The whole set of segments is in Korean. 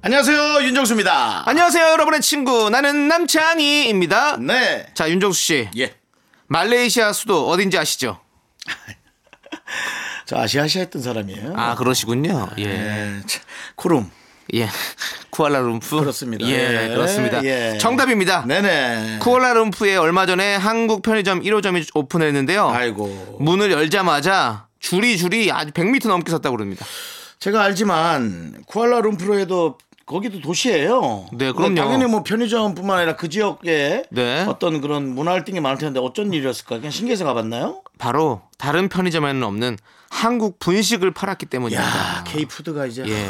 안녕하세요 윤정수입니다. 안녕하세요, 여러분의 친구. 나는 남창희입니다. 네. 자, 윤정수 씨. 예. 말레이시아 수도 어딘지 아시죠? 저 아시아시아 했던 사람이에요. 아, 그러시군요. 예. 예. 참, 쿠룸. 예. 쿠알라룸푸. 그렇습니다. 예, 예. 그렇습니다. 예. 정답입니다. 네네. 쿠알라룸푸에 얼마 전에 한국 편의점 1호점이 오픈했는데요. 아이고. 문을 열자마자 줄이 줄이 아주 100m 넘게 섰다고 그럽니다. 제가 알지만 쿠알라룸푸르에도 거기도 도시예요. 네, 그럼요. 당연히 뭐 편의점뿐만 아니라 그 지역에 네. 어떤 그런 문화 활동이 많을 텐데 어쩐 일이었을까? 그냥 신기해서 가봤나요? 바로 다른 편의점에는 없는 한국 분식을 팔았기 야, 때문입니다. K 푸드가 이제 예.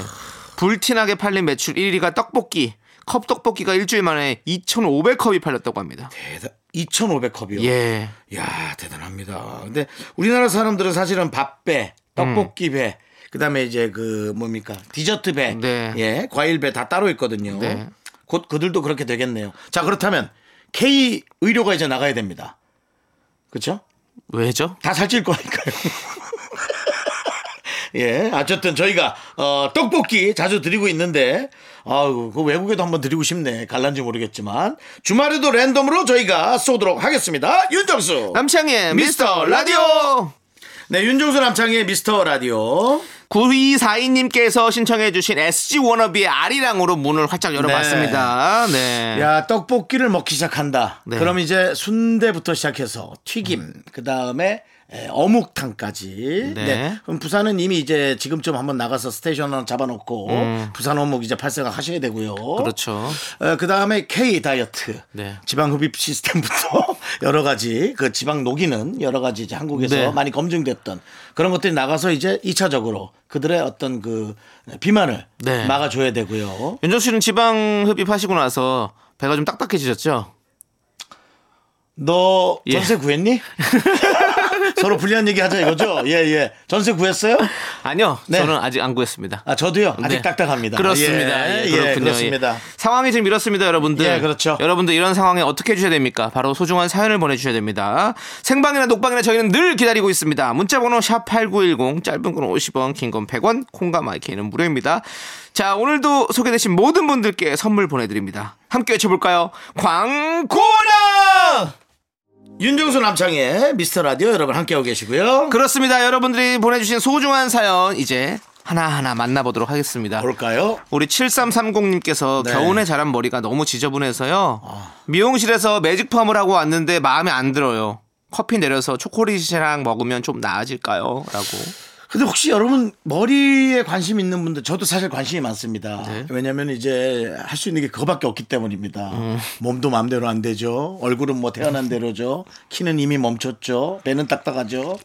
불티나게 팔린 매출 1위가 떡볶이. 컵 떡볶이가 일주일 만에 2,500컵이 팔렸다고 합니다. 2,500컵이요. 예. 야 대단합니다. 근데 우리나라 사람들은 사실은 밥배, 떡볶이 배, 그다음에 이제 그 뭡니까 디저트 배, 네. 예 과일 배 다 따로 있거든요. 네. 곧 그들도 그렇게 되겠네요. 자 그렇다면 K 의료가 이제 나가야 됩니다. 그렇죠? 왜죠? 다 살찔 거니까요. 예, 어쨌든 저희가 어, 떡볶이 자주 드리고 있는데, 아우 그 외국에도 한번 드리고 싶네. 갈란지 모르겠지만 주말에도 랜덤으로 저희가 쏘도록 하겠습니다. 윤정수. 남창의 미스터 라디오. 네, 윤종수 남창의 미스터 라디오. 9242님께서 신청해주신 SG 워너비의 아리랑으로 문을 활짝 열어봤습니다. 네. 야, 떡볶이를 먹기 시작한다. 네. 음. 그럼 이제 순대부터 시작해서 튀김, 그 다음에 어묵탕까지. 네. 네. 그럼 부산은 이미 이제 지금쯤 한번 나가서 스테이션 하나 잡아놓고 부산 어묵 이제 발사가 하셔야 되고요. 음. 그렇죠. 그 다음에 K 다이어트. 네. 지방 흡입 시스템부터 여러 가지 그 지방 녹이는 여러 가지 이제 한국에서 네. 많이 검증됐던 그런 것들이 나가서 이제 2차적으로 그들의 어떤 그 비만을 네. 막아줘야 되고요. 윤정 씨는 지방 흡입하시고 나서 배가 좀 딱딱해지셨죠? 너 예. 전세 구했니? 서로 불리한 얘기 하자 이거죠? 예, 예. 전세 구했어요? 아니요. 네. 저는 아직 안 구했습니다. 아, 저도요. 아직 네. 딱딱합니다. 그렇습니다. 예, 예, 그렇군요. 예, 그렇습니다. 예. 상황이 지금 이렇습니다, 여러분들. 예, 그렇죠. 여러분들 이런 상황에 어떻게 해주셔야 됩니까? 바로 소중한 사연을 보내주셔야 됩니다. 생방이나 녹방이나 저희는 늘 기다리고 있습니다. 문자번호 샵8910, 짧은 건 50원, 긴 건 100원, 콩과 마이크는 무료입니다. 자, 오늘도 소개되신 모든 분들께 선물 보내드립니다. 함께 외쳐볼까요? 광고라! 윤정수 남창의 미스터 라디오 여러분 함께하고 계시고요. 그렇습니다. 여러분들이 보내주신 소중한 사연, 이제 하나하나 만나보도록 하겠습니다. 볼까요? 우리 7330님께서 네. 아. 겨우내 자란 머리가 너무 지저분해서요. 미용실에서 매직펌을 하고 왔는데 마음에 안 들어요. 커피 내려서 초콜릿이랑 먹으면 좀 나아질까요? 라고. 근데 혹시 여러분 머리에 관심 있는 분들 저도 사실 관심이 많습니다. 네. 왜냐면 이제 할 수 있는 게 그거밖에 없기 때문입니다. 음. 몸도 마음대로 안 되죠. 얼굴은 뭐 태어난 대로죠. 키는 이미 멈췄죠. 배는 딱딱하죠.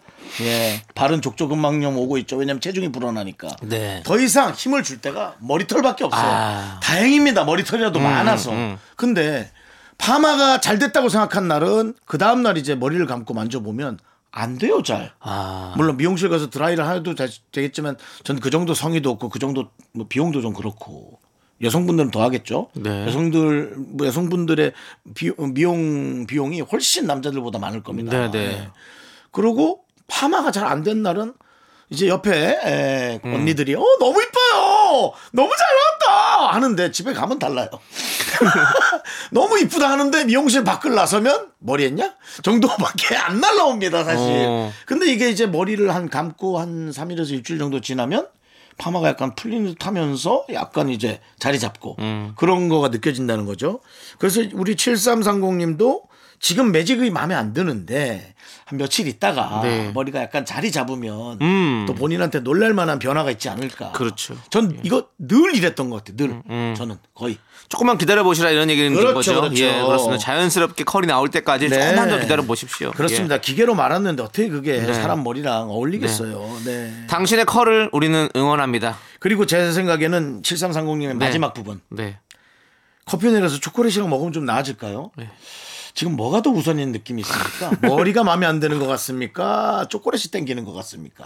예. 발은 족저근막염 오고 있죠. 왜냐면 체중이 불어나니까. 네. 더 이상 힘을 줄 데가 머리털밖에 없어요. 아. 음, 다행입니다. 머리털이라도 많아서. 근데 파마가 잘 됐다고 생각한 날은 그 다음 날 이제 머리를 감고 만져보면 안 돼요, 잘. 아. 물론 미용실 가서 드라이를 해도 잘 되겠지만 전 그 정도 성의도 없고 그 정도 뭐 비용도 좀 그렇고 여성분들은 더 하겠죠. 네. 여성들 뭐 여성분들의 비, 미용 비용이 훨씬 남자들보다 많을 겁니다. 네, 네. 예. 그리고 파마가 잘 안 된 날은 이제 옆에 에, 음. 언니들이 어 너무 이뻐요, 너무 잘 나왔다 하는데 집에 가면 달라요. 너무 이쁘다 하는데 미용실 밖을 나서면 머리 했냐 정도밖에 안 날라옵니다 사실. 어. 근데 이게 이제 머리를 한 감고 한 3일에서 일주일 정도 지나면 파마가 약간 풀린 듯 하면서 약간 이제 자리 잡고 음. 그런 거가 느껴진다는 거죠. 그래서 우리 7330 님도 지금 매직이 마음에 안 드는데 한 며칠 있다가 네. 머리가 약간 자리 잡으면 음. 또 본인한테 놀랄 만한 변화가 있지 않을까. 그렇죠. 음, 전 이거 늘 이랬던 것 같아요. 늘. 저는 거의. 조금만 기다려보시라 이런 얘기는 그 그렇죠, 거죠. 그렇죠. 예, 그렇습니다. 자연스럽게 컬이 나올 때까지 네. 조금만 더 기다려보십시오. 그렇습니다. 기계로 말았는데 어떻게 그게 네. 사람 머리랑 어울리겠어요. 네. 예. 당신의 컬을 우리는 응원합니다. 그리고 제 생각에는 7330님의 마지막 부분. 네. 커피 내려서 초콜릿이랑 먹으면 좀 나아질까요? 지금 뭐가 더 우선인 느낌이 있습니까? 머리가 마음에 안 드는 것 같습니까? 초콜릿이 땡기는 것 같습니까?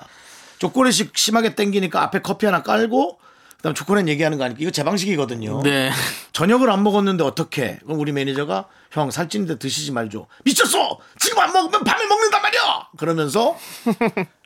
초콜릿이 심하게 땡기니까 앞에 커피 하나 깔고 그다음 초콜릿 얘기하는 거 아니까 이거 제 방식이거든요. 네. 저녁을 안 먹었는데 어떻게? 그럼 우리 매니저가 형 살찌는데 드시지 말죠. 미쳤어! 지금 안 먹으면 밤에 먹는단 말이야! 그러면서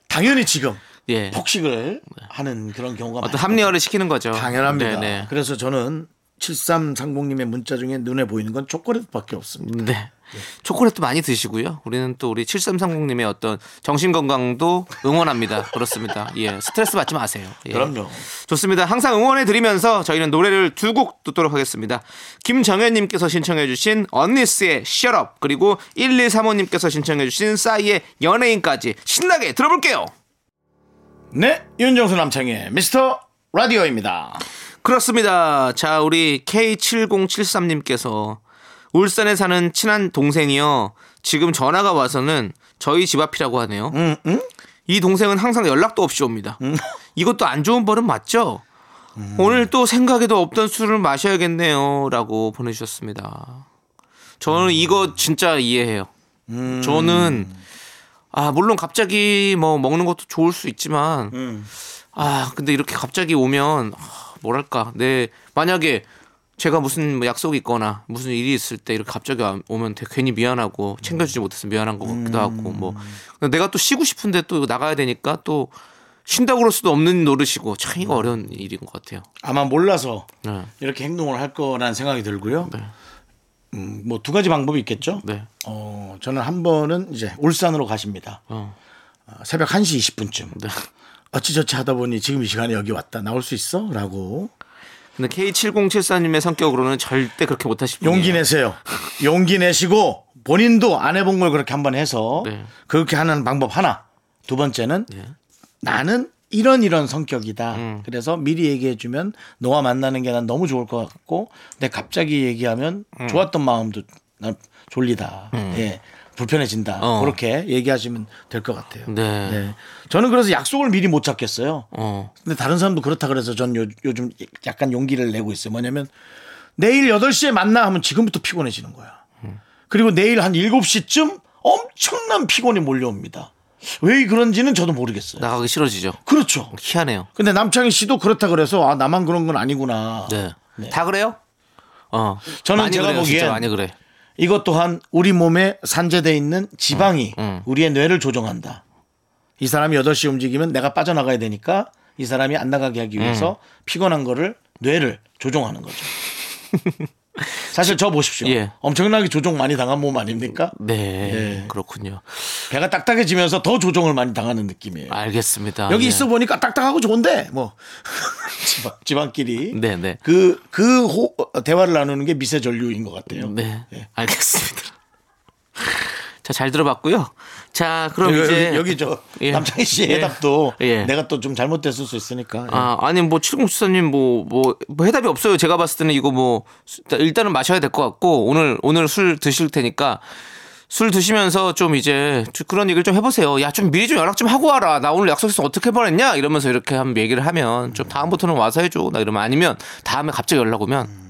당연히 지금 예. 폭식을 하는 그런 경우가 어떤 많아요. 합리화를 시키는 거죠. 당연합니다. 네. 그래서 저는 7330님의 문자 중에 눈에 보이는 건 초콜릿밖에 없습니다. 네. 네. 초콜릿도 많이 드시고요. 우리는 또 우리 7330님의 어떤 정신 건강도 응원합니다. 그렇습니다. 예. 스트레스 받지 마세요. 예. 그럼요. 좋습니다. 항상 응원해 드리면서 저희는 노래를 두 곡 듣도록 하겠습니다. 김정현님께서 신청해 주신 언니스의 Shut Up 그리고 1135님께서 신청해 주신 싸이의 연예인까지 신나게 들어볼게요. 네, 윤정수 남창의 미스터 라디오입니다. 그렇습니다. 자, 우리 K7073님께서 울산에 사는 친한 동생이요. 지금 전화가 와서는 저희 집 앞이라고 하네요. 이 동생은 항상 연락도 없이 옵니다. 이것도 안 좋은 버릇 맞죠? 오늘 또 생각에도 없던 술을 마셔야겠네요. 라고 보내주셨습니다. 저는 이거 진짜 이해해요. 저는, 아, 물론 갑자기 뭐 먹는 것도 좋을 수 있지만, 아 근데 이렇게 갑자기 오면 아, 뭐랄까 내 만약에 제가 무슨 뭐 약속이 있거나 무슨 일이 있을 때 이렇게 갑자기 와- 오면 되게 괜히 미안하고 챙겨주지 못해서 미안한 것 같기도 음. 하고 뭐 근데 내가 또 쉬고 싶은데 또 나가야 되니까 또 쉰다고 그럴 수도 없는 노릇이고 참 이거 어려운 일인 것 같아요. 아마 몰라서 네. 이렇게 행동을 할 거라는 생각이 들고요. 음, 뭐 두 가지 방법이 있겠죠. 네. 어, 저는 한 번은 이제 울산으로 가십니다. 어. 어, 새벽 1시 20분쯤. 네. 어찌저찌 하다 보니 지금 이 시간에 여기 왔다. 나올 수 있어? 라고 근데 K7074님의 성격으로는 절대 그렇게 못하실 분이에요. 용기 내세요. 용기 내시고 본인도 안 해본 걸 그렇게 한번 해서 네. 예. 그렇게 하는 방법 하나. 두 번째는 나는 이런 이런 성격이다. 음. 그래서 미리 얘기해주면 너와 만나는 게 난 너무 좋을 것 같고 근데 갑자기 얘기하면 좋았던 마음도 난 졸리다. 예. 불편해진다. 음. 어. 그렇게 얘기하시면 될 것 같아요. 네. 저는 그래서 약속을 미리 못 잡겠어요. 어. 근데 다른 사람도 그렇다 그래서 전 요, 요즘 약간 용기를 내고 있어요. 뭐냐면 내일 8시에 만나 하면 지금부터 피곤해지는 거야. 그리고 내일 한 7시쯤 엄청난 피곤이 몰려옵니다. 왜 그런지는 저도 모르겠어요. 나가기 싫어지죠. 그렇죠. 희한해요. 근데 남창희 씨도 그렇다 그래서 아 나만 그런 건 아니구나. 네. 다 그래요? 어. 저는 많이 제가 그래요, 진짜 보기엔 많이 그래. 이것 또한 우리 몸에 산재돼 있는 지방이 음, 우리의 뇌를 조종한다. 이 사람이 8시 움직이면 내가 빠져나가야 되니까 이 사람이 안 나가게 하기 위해서 음. 피곤한 거를 뇌를 조종하는 거죠. 사실 저 보십시오. 예. 엄청나게 조종 많이 당한 몸 아닙니까? 네, 예. 그렇군요. 배가 딱딱해지면서 더 조종을 많이 당하는 느낌이에요. 알겠습니다. 여기 예. 있어 보니까 딱딱하고 좋은데 뭐 지방, 지방끼리 네, 네. 그, 그 호- 대화를 나누는 게 미세 전류인 것 같아요. 네, 예. 알겠습니다. 자, 잘 들어봤고요. 자, 그럼 여기, 이제 여기, 여기 저 예. 남창희 씨의 예. 해답도 예. 내가 또 좀 잘못됐을 수 있으니까 예. 아, 아니 뭐 칠공수사님 뭐뭐 뭐, 뭐 해답이 없어요. 제가 봤을 때는 이거 뭐 수- 일단은 마셔야 될 것 같고 오늘 오늘 술 드실 테니까 술 드시면서 좀 이제 좀 그런 얘기를 좀 해보세요. 야, 좀 미리 좀 연락 좀 하고 와라. 나 오늘 약속 있어 어떻게 보냈냐? 이러면서 이렇게 한 얘기를 하면 좀 다음부터는 와서 해줘. 나 이러면 아니면 다음에 갑자기 연락 오면.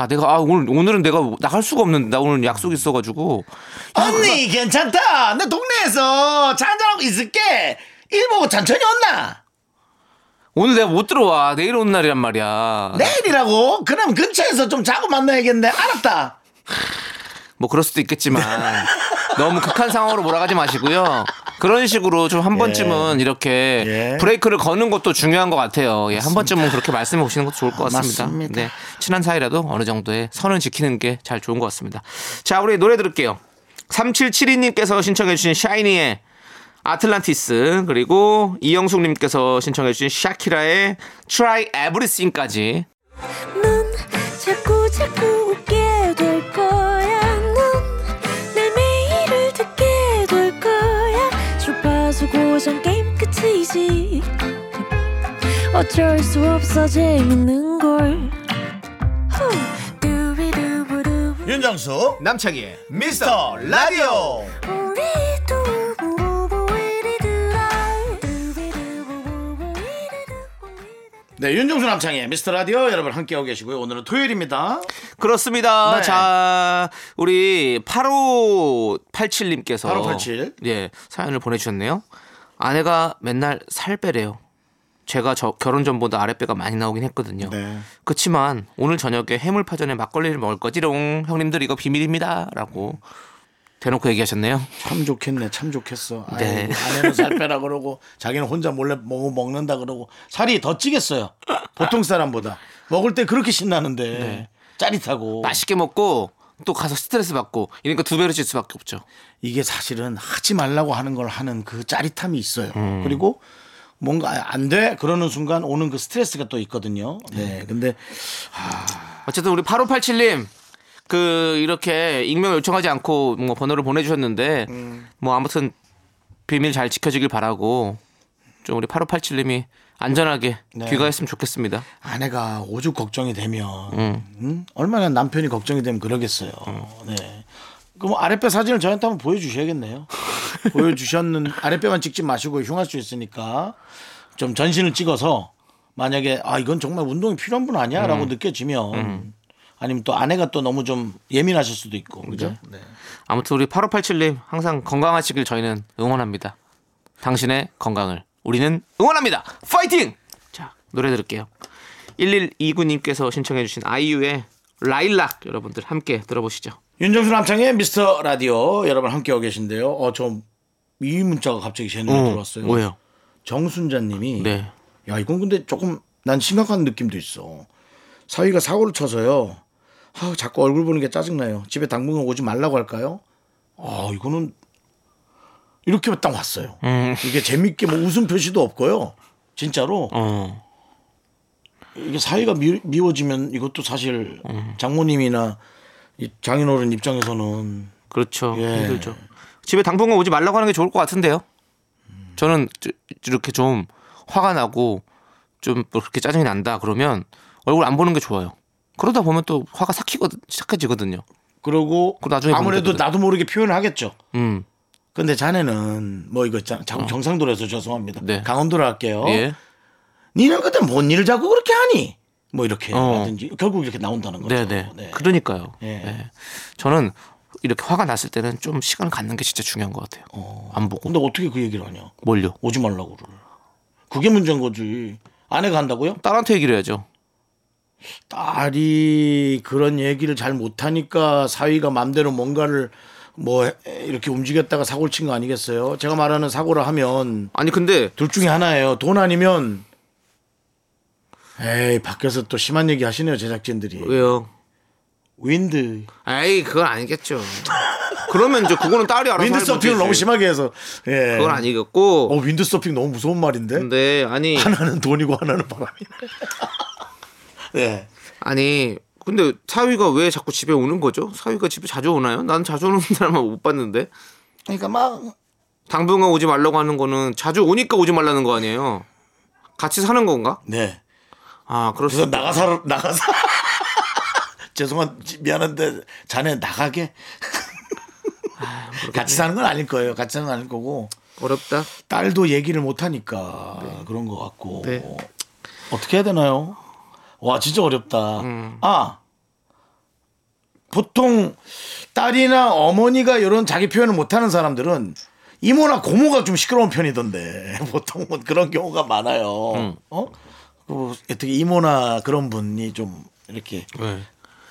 아, 내가, 아, 오늘, 오늘은 내가 나갈 수가 없는데, 나 오늘 약속 있어가지고. 언니 괜찮다 내 동네에서 잔잔하고 있을게 일 보고 천천히 온나 오늘 내가 못 들어와. 내일 오는 날이란 말이야. 내일이라고 그럼 근처에서 좀 자고 만나야겠네 알았다 뭐 그럴 수도 있겠지만 너무 극한 상황으로 몰아가지 마시고요. 그런 식으로 좀 한 번쯤은 이렇게 예. 브레이크를 거는 것도 중요한 것 같아요. 예, 한 번쯤은 그렇게 말씀해 보시는 것도 좋을 것 같습니다. 맞습니다. 네, 친한 사이라도 어느 정도의 선을 지키는 게 잘 좋은 것 같습니다. 자, 우리 노래 들을게요. 3772님께서 신청해 주신 샤이니의 아틀란티스 그리고 이영숙님께서 신청해 주신 샤키라의 Try Everything까지 넌 자꾸 자꾸 웃게 될 거야. 넌내 매일을 듣게 될 거야. 주파수 고정 게임 끝이지. 어쩔 수 없어 재밌는 걸. 후. 두비두부두. 윤정수 남창희의 미스터 라디오 우리 두부부부 우리 두라. 두비두부부부 우리 두부부 우리 두라. 네, 윤종수 남창의 미스터 라디오 여러분 함께하고 계시고요. 오늘은 토요일입니다. 그렇습니다. 네. 자, 우리 8587님께서 8587. 예, 사연을 보내주셨네요. 아내가 맨날 살 빼래요. 제가 저 결혼 전보다 아랫배가 많이 나오긴 했거든요. 네. 그렇지만 오늘 저녁에 해물파전에 막걸리를 먹을 거지롱. 형님들 이거 비밀입니다. 라고 대놓고 얘기하셨네요. 참 좋겠네, 참 좋겠어. 아이고, 네. 아내는 살 빼라 그러고 자기는 혼자 몰래 뭐 먹, 먹는다 그러고 살이 더 찌겠어요. 보통 사람보다 먹을 때 그렇게 신나는데 짜릿하고 네. 맛있게 먹고 또 가서 스트레스 받고 이러니까 두 배로 찔 수밖에 없죠. 이게 사실은 하지 말라고 하는 걸 하는 그 짜릿함이 있어요. 음. 그리고 뭔가 안 돼 그러는 순간 오는 그 스트레스가 또 있거든요. 네, 근데 어쨌든 우리 8587님 그 이렇게 익명 요청하지 않고 뭐 번호를 보내주셨는데 음. 뭐 아무튼 비밀 잘 지켜지길 바라고 좀 우리 8587님이 안전하게 네. 귀가했으면 좋겠습니다. 아내가 오죽 걱정이 되면 음? 얼마나 남편이 걱정이 되면 그러겠어요. 네. 그럼 아랫배 사진을 저한테 한번 보여주셔야겠네요. 보여주셨는 아랫배만 찍지 마시고 흉할 수 있으니까 좀 전신을 찍어서 만약에 아 이건 정말 운동이 필요한 분 아니야라고 느껴지면 아니면 또 아내가 또 너무 좀 예민하실 수도 있고 음. 그죠? 네. 아무튼 우리 8587님 항상 건강하시길 저희는 응원합니다. 당신의 건강을 우리는 응원합니다. 파이팅! 자 노래 들을게요. 1129님께서 신청해주신 아이유의 라일락 여러분들 함께 들어보시죠. 윤정수 남창의 미스터 라디오 여러분 함께하고 계신데요. 어 저 이 문자가 갑자기 제 눈에 음. 들어왔어요. 예. 뭐예요? 정순자님이 네. 야 이건 근데 조금 난 심각한 느낌도 있어. 사위가 사고를 쳐서요. 아 자꾸 얼굴 보는 게 짜증나요. 집에 당분간 오지 말라고 할까요? 아 이거는 이렇게 딱 왔어요. 음. 이게 재밌게 뭐 웃음 표시도 없고요. 진짜로 어. 이게 사이가 미, 미워지면 이것도 사실 음. 장모님이나 이 장인어른 입장에서는 그렇죠. 예. 힘들죠. 집에 당분간 오지 말라고 하는 게 좋을 것 같은데요. 저는 저- 이렇게 좀 화가 나고 좀뭐 그렇게 짜증이 난다 그러면 얼굴 안 보는 게 좋아요. 그러다 보면 또 화가 삭히거든, 삭해지거든요. 그러고 그거 나중에 아무래도 보면 되거든. 나도 모르게 표현을 하겠죠. 음, 근데 자네는 뭐 이거 자, 자, 경상도라서 죄송합니다. 어. 네. 강원도로 할게요. 예, 니는 그때 뭔 일을 자꾸 그렇게 하니? 뭐 이렇게 어. 하든지 결국 이렇게 나온다는 거죠. 네, 네, 네. 그러니까요. 예. 예. 저는 이렇게 화가 났을 때는 좀 시간 갖는 게 진짜 중요한 것 같아요. 어. 안 보고 근데 어떻게 그 얘기를 하냐? 뭘요? 오지 말라고 그래. 그게 문제인 거지. 아내가 한다고요? 딸한테 얘기를 해야죠. 딸이 그런 얘기를 잘 못하니까 사위가 맘대로 뭔가를 뭐 해- 이렇게 움직였다가 사고를 친 거 아니겠어요? 제가 말하는 사고라 하면 아니 근데 둘 중에 하나예요. 돈 아니면 에이 밖에서 또 심한 얘기 하시네요 제작진들이. 왜요? 윈드 에이 그건 아니겠죠. 그러면 이제 그거는 딸이 알아서 윈드 할 서핑을 문제지. 너무 심하게 해서 예. 그건 아니겠고 어 윈드 서핑 너무 무서운 말인데. 근데 아니 하나는 돈이고 하나는 바람이네. 네. 아니 근데 사위가 왜 자꾸 집에 오는 거죠? 사위가 집에 자주 오나요? 난 자주 오는 사람만 못 봤는데 그러니까 막 당분간 오지 말라고 하는 거는 자주 오니까 오지 말라는 거 아니에요? 같이 사는 건가? 네. 아 그래서 그렇습니다. 나가서 나가서 죄송한 미안한데 자네 나가게. 같이 사는 건 아닐 거예요. 같이 사는 건 아닐 거고 어렵다. 딸도 얘기를 못 하니까 그런 것 같고 네. 어떻게 해야 되나요? 와 진짜 어렵다. 음. 아 보통 딸이나 어머니가 이런 자기 표현을 못하는 사람들은 이모나 고모가 좀 시끄러운 편이던데 보통은 그런 경우가 많아요. 음. 어? 그 어떻게 이모나 그런 분이 좀 이렇게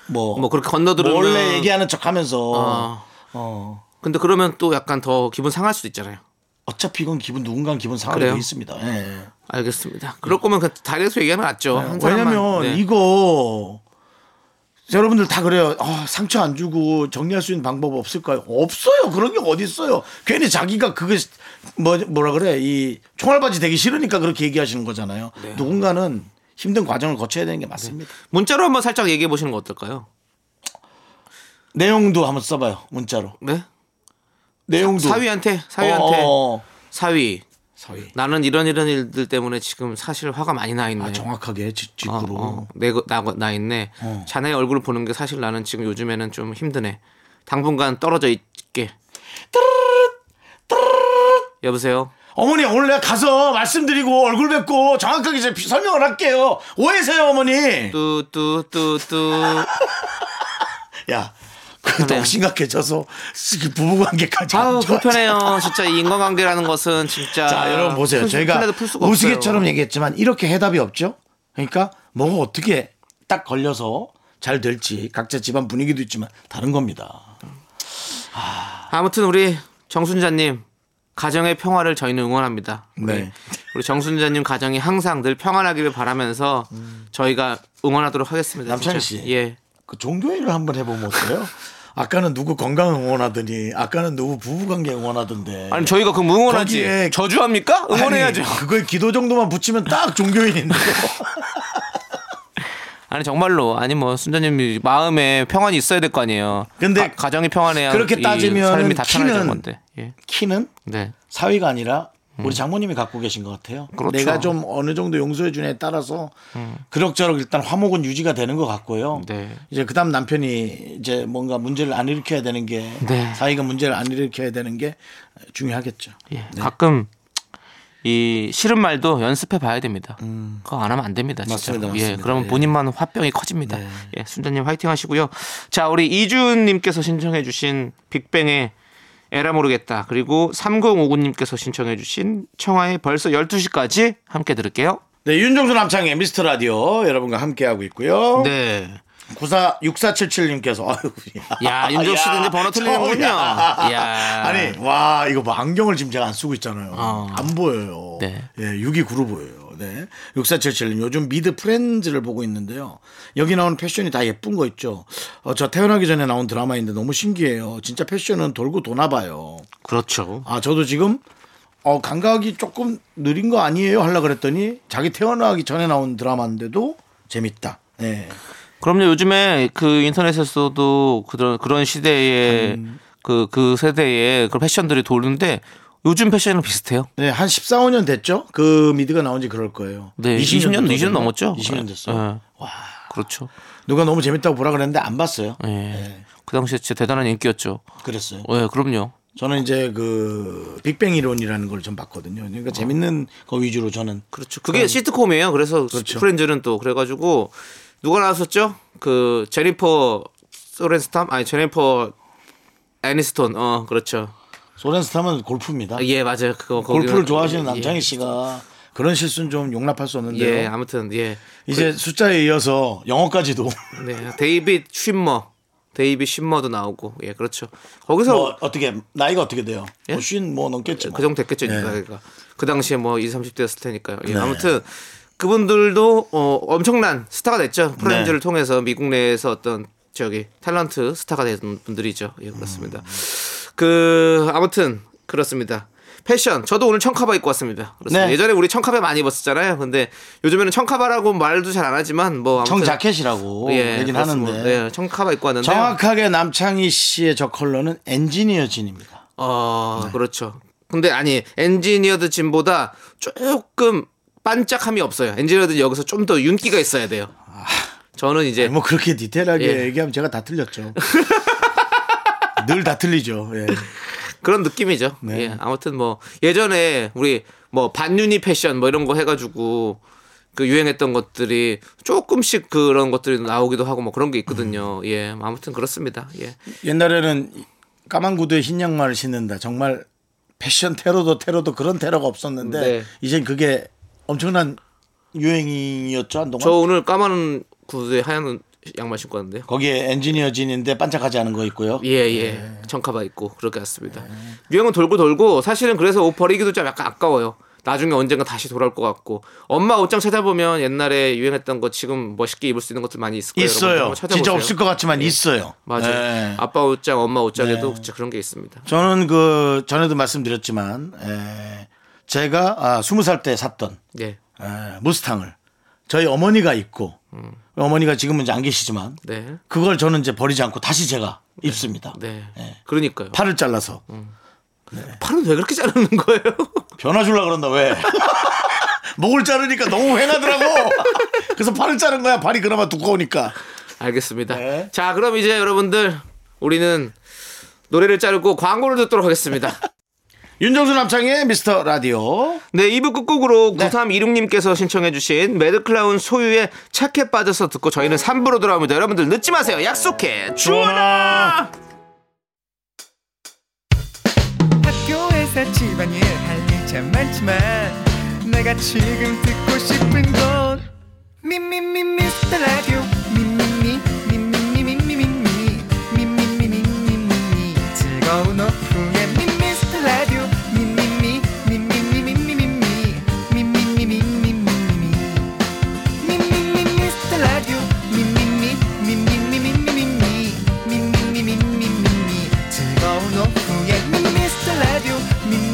뭐, 뭐 그렇게 건너들으면- 몰래 얘기하는 척하면서 아. 어 근데 그러면 또 약간 더 기분 상할 수도 있잖아요. 어차피 이건 기분 누군가 기분 상하게 그래요? 돼 있습니다. 예. 알겠습니다. 그럴 거면 그냥 다리에서 얘기하면 낫죠. 한 사람만. 네. 왜냐면 네. 이거 여러분들 다 그래요. 아, 상처 안 주고 정리할 수 있는 방법 없을까요? 없어요. 그런 게 어디 있어요? 괜히 자기가 그게 뭐 뭐라 그래 이 총알바지 되기 싫으니까 그렇게 얘기하시는 거잖아요. 네. 누군가는 힘든 과정을 거쳐야 되는 게 맞습니다. 문자로 한번 살짝 얘기해 보시는 거 어떨까요? 내용도 한번 써봐요 문자로. 네? 내용도 사위한테 사위한테 뭐. 어, 사위 사위. 나는 이런 이런 일들 때문에 지금 사실 화가 많이 나 있네. 아, 정확하게 직- 어, 직구로. 어, 내, 거- 나, 나 있네. 어. 자네 얼굴 보는 게 사실 나는 지금 요즘에는 좀 힘드네. 당분간 떨어져 있게. 뚜루루루, 뚜루루루, 여보세요. 어머니 오늘 내가 가서 말씀드리고 얼굴 뵙고 정확하게 제 설명을 할게요. 오해세요 어머니. 뚜뚜뚜뚜. 야, 그 너무 심각해져서 그 부부관계까지. 안 아, 네. 아우 좋아져. 불편해요. 진짜 이 인간관계라는 것은 진짜. 자, 여러분 보세요. 풀- 저희가 풀려도 풀 수가 우스개처럼 없어요. 얘기했지만 이렇게 해답이 없죠. 그러니까 뭐가 어떻게 딱 걸려서 잘 될지 각자 집안 분위기도 있지만 다른 겁니다. 아무튼 우리 정순자님 가정의 평화를 저희는 응원합니다. 네. 우리 정순자님 가정이 항상 늘 평안하기를 바라면서 저희가 응원하도록 음. 하겠습니다. 남창희 진짜. 씨. 예. 그 종교회를 한번 해보면 어때요? 아까는 누구 건강 응원하더니 아까는 누구 부부관계 응원하던데. 아니 저희가 그 응원하지 거기에- 저주합니까? 응원해야죠. 아니, 그걸 기도 정도만 붙이면 딱 종교인인데. 아니 정말로 아니 뭐 순자님 마음에 평안이 있어야 될 거 아니에요. 근데 가, 가정이 평안해야 그렇게 이 따지면은 삶이 다 편해지는 키는- 건데. 예. 키는 네. 사위가 아니라 우리 장모님이 갖고 계신 것 같아요. 음. 그렇죠. 음. 내가 좀 어느 정도 용서해 주냐에 따라서 그럭저럭 일단 화목은 유지가 되는 것 같고요. 네. 이제 그다음 남편이 이제 뭔가 문제를 안 일으켜야 되는 게 네. 사위가 문제를 안 일으켜야 되는 게 중요하겠죠. 네. 예. 가끔 이 싫은 말도 연습해 봐야 됩니다. 그거 안 하면 안 됩니다. 진짜. 맞습니다, 예, 맞습니다. 그러면 예. 본인만 화병이 커집니다. 예, 순자님 화이팅 하시고요. 자, 우리 이준님께서 신청해주신 빅뱅의 에라 모르겠다. 그리고 3059님께서 신청해주신 청하의 벌써 12시까지 함께 들을게요. 네, 윤종수 남창의 미스터 라디오 여러분과 함께 하고 있고요. 네. 94 6477님께서 아유. 야, 윤종 씨도 이제 번호 틀리는군요. 저야. 야. 아니, 와, 이거 뭐 안경을 지금 제가 안 쓰고 있잖아요. 안 보여요. 어. 네. 예, 629로 보여요. 네. 6477님 요즘 미드 프렌즈를 보고 있는데요. 여기 나오는 패션이 다 예쁜 거 있죠. 어, 저 태어나기 전에 나온 드라마인데 너무 신기해요. 진짜 패션은 돌고 도나 봐요. 그렇죠. 아, 저도 지금 어, 감각이 조금 느린 거 아니에요? 하려 그랬더니 자기 태어나기 전에 나온 드라마인데도 재밌다. 네. 그럼요. 요즘에 그 인터넷에서도 그런 그런 시대에 음. 그 그 세대에 그 패션들이 도는데 요즘 패션이랑 비슷해요. 네, 한 14, 15년 됐죠? 그 미드가 나온 지 그럴 거예요. 네, 20 년, 20 됐거든요. 년 넘었죠? 20년 됐어요. 네. 와. 그렇죠. 누가 너무 재밌다고 보라 그랬는데 안 봤어요. 예. 네. 그 당시에 진짜 대단한 인기였죠. 그랬어요. 예, 그럼요. 저는 이제 그 빅뱅 이론이라는 걸 좀 봤거든요. 어. 그러니까 재밌는 거 위주로 저는 그렇죠. 그게 시트콤이에요. 그래서 그렇죠. 프렌즈는 또 그래가지고 누가 나왔었죠? 그 제니퍼 소렌스탐 아니 제니퍼 애니스톤. 어, 그렇죠. 소렌스타면 골프입니다. 아, 예, 맞아요. 그거 거기는- 골프를 좋아하시는 예, 남창희 씨가 그런 실수는 좀 용납할 수 예, 예, 없는데요. 아무튼 예. 이제 숫자에 이어서 영어까지도 네, 데이빗 쉰머, 데이빗 쉰머도 나오고, 예, 그렇죠. 거기서 뭐 어떻게 나이가 어떻게 돼요? 예? 뭐쉰뭐 넘겠죠. 그 정도 됐겠죠, 네. 그러니까 그 당시에 뭐 20, 30대였을 테니까요. 예, 아무튼 그분들도 어, 엄청난 스타가 됐죠. 네. 프렌즈를 통해서 미국 내에서 어떤 저기 탤런트 스타가 된 분들이죠. 예, 그렇습니다. 음. 그 아무튼 그렇습니다. 패션 저도 오늘 청카바 입고 왔습니다. 그렇습니다. 네. 예전에 우리 청카바 많이 입었었잖아요. 근데 요즘에는 청카바라고 말도 잘 안 하지만 뭐 아무튼 청자켓이라고 어, 얘기는 그렇습니다. 하는데 예, 청카바 입고 왔는데 정확하게 남창희 씨의 저 컬러는 엔지니어 진입니다. 어, 네. 그렇죠. 근데 아니 엔지니어드 진보다 조금 반짝함이 없어요. 엔지니어드 여기서 좀 더 윤기가 있어야 돼요. 저는 이제 뭐 그렇게 디테일하게 예. 얘기하면 제가 다 틀렸죠. 늘 다 틀리죠. 예. 그런 느낌이죠. 네. 예, 아무튼 뭐 예전에 우리 뭐 반윤희 패션 뭐 이런 거 해가지고 그 유행했던 것들이 조금씩 그런 것들이 나오기도 하고 뭐 그런 게 음. 있거든요. 예, 아무튼 그렇습니다. 예, 뭐 옛날에는 까만 구두에 흰 양말을 신는다. 정말 패션 테러도 테러도 그런 테러가 없었는데 네. 이젠 그게 엄청난 유행이었죠 한동안. 저 오늘 까만 구두에 하얀 양말 신고 왔는데요. 거기에 엔지니어 진인데 반짝하지 않은 거 있고요. 예, 예. 청카바 있고 그렇게 왔습니다. 유행은 돌고 돌고 사실은 그래서 옷 버리기도 좀 약간 아까워요. 나중에 언젠가 다시 돌아올 것 같고 엄마 옷장 찾아보면 옛날에 유행했던 거 지금 멋있게 입을 수 있는 것들 많이 있을 거예요. 여러분들 있어요. 한번 찾아보세요. 진짜 없을 것 같지만 있어요. 맞아요. 예. 아빠 옷장, 엄마 옷장에도 진짜 그런 게 있습니다. 저는 그 전에도 말씀드렸지만 에, 제가 아, 20살 때 샀던 예. 에, 무스탕을 저희 어머니가 입고 어머니가 지금은 이제 안 계시지만 음. 네. 그걸 저는 이제 버리지 않고 다시 제가 입습니다. 네. 음. 예. 그러니까요. 팔을 잘라서 팔은 왜 그렇게 자르는 거예요? 변화 줄라 그런다 왜? 목을 자르니까 너무 휑하더라고. 그래서 팔을 자른 거야. 발이 그나마 두꺼우니까. 알겠습니다. 네. 자, 그럼 이제 여러분들 우리는 노래를 자르고 광고를 듣도록 하겠습니다. 윤정수 남창의 미스터 라디오. 네, 2부 끝곡으로 9316님께서 신청해주신 매드클라운 소유의 착해 빠져서 듣고 저희는 3부로 돌아옵니다. 여러분들 늦지 마세요. 약속해. 주원아! 학교에서 집안일 할 일 참 많지만 내가 지금 듣고 싶은 건 미미미 미스터 라디오 미미미 미미미미미미 미미미미미미 즐거운 오후에 미스터 라디오 미미미 미미미미미미 미미미미미미미 미미미 미스터 라디오 미미미 미미미미미미 미미미미미미 즐거운 오후에 미스터 라디오 미미미 미미미미미미 미미미미미미미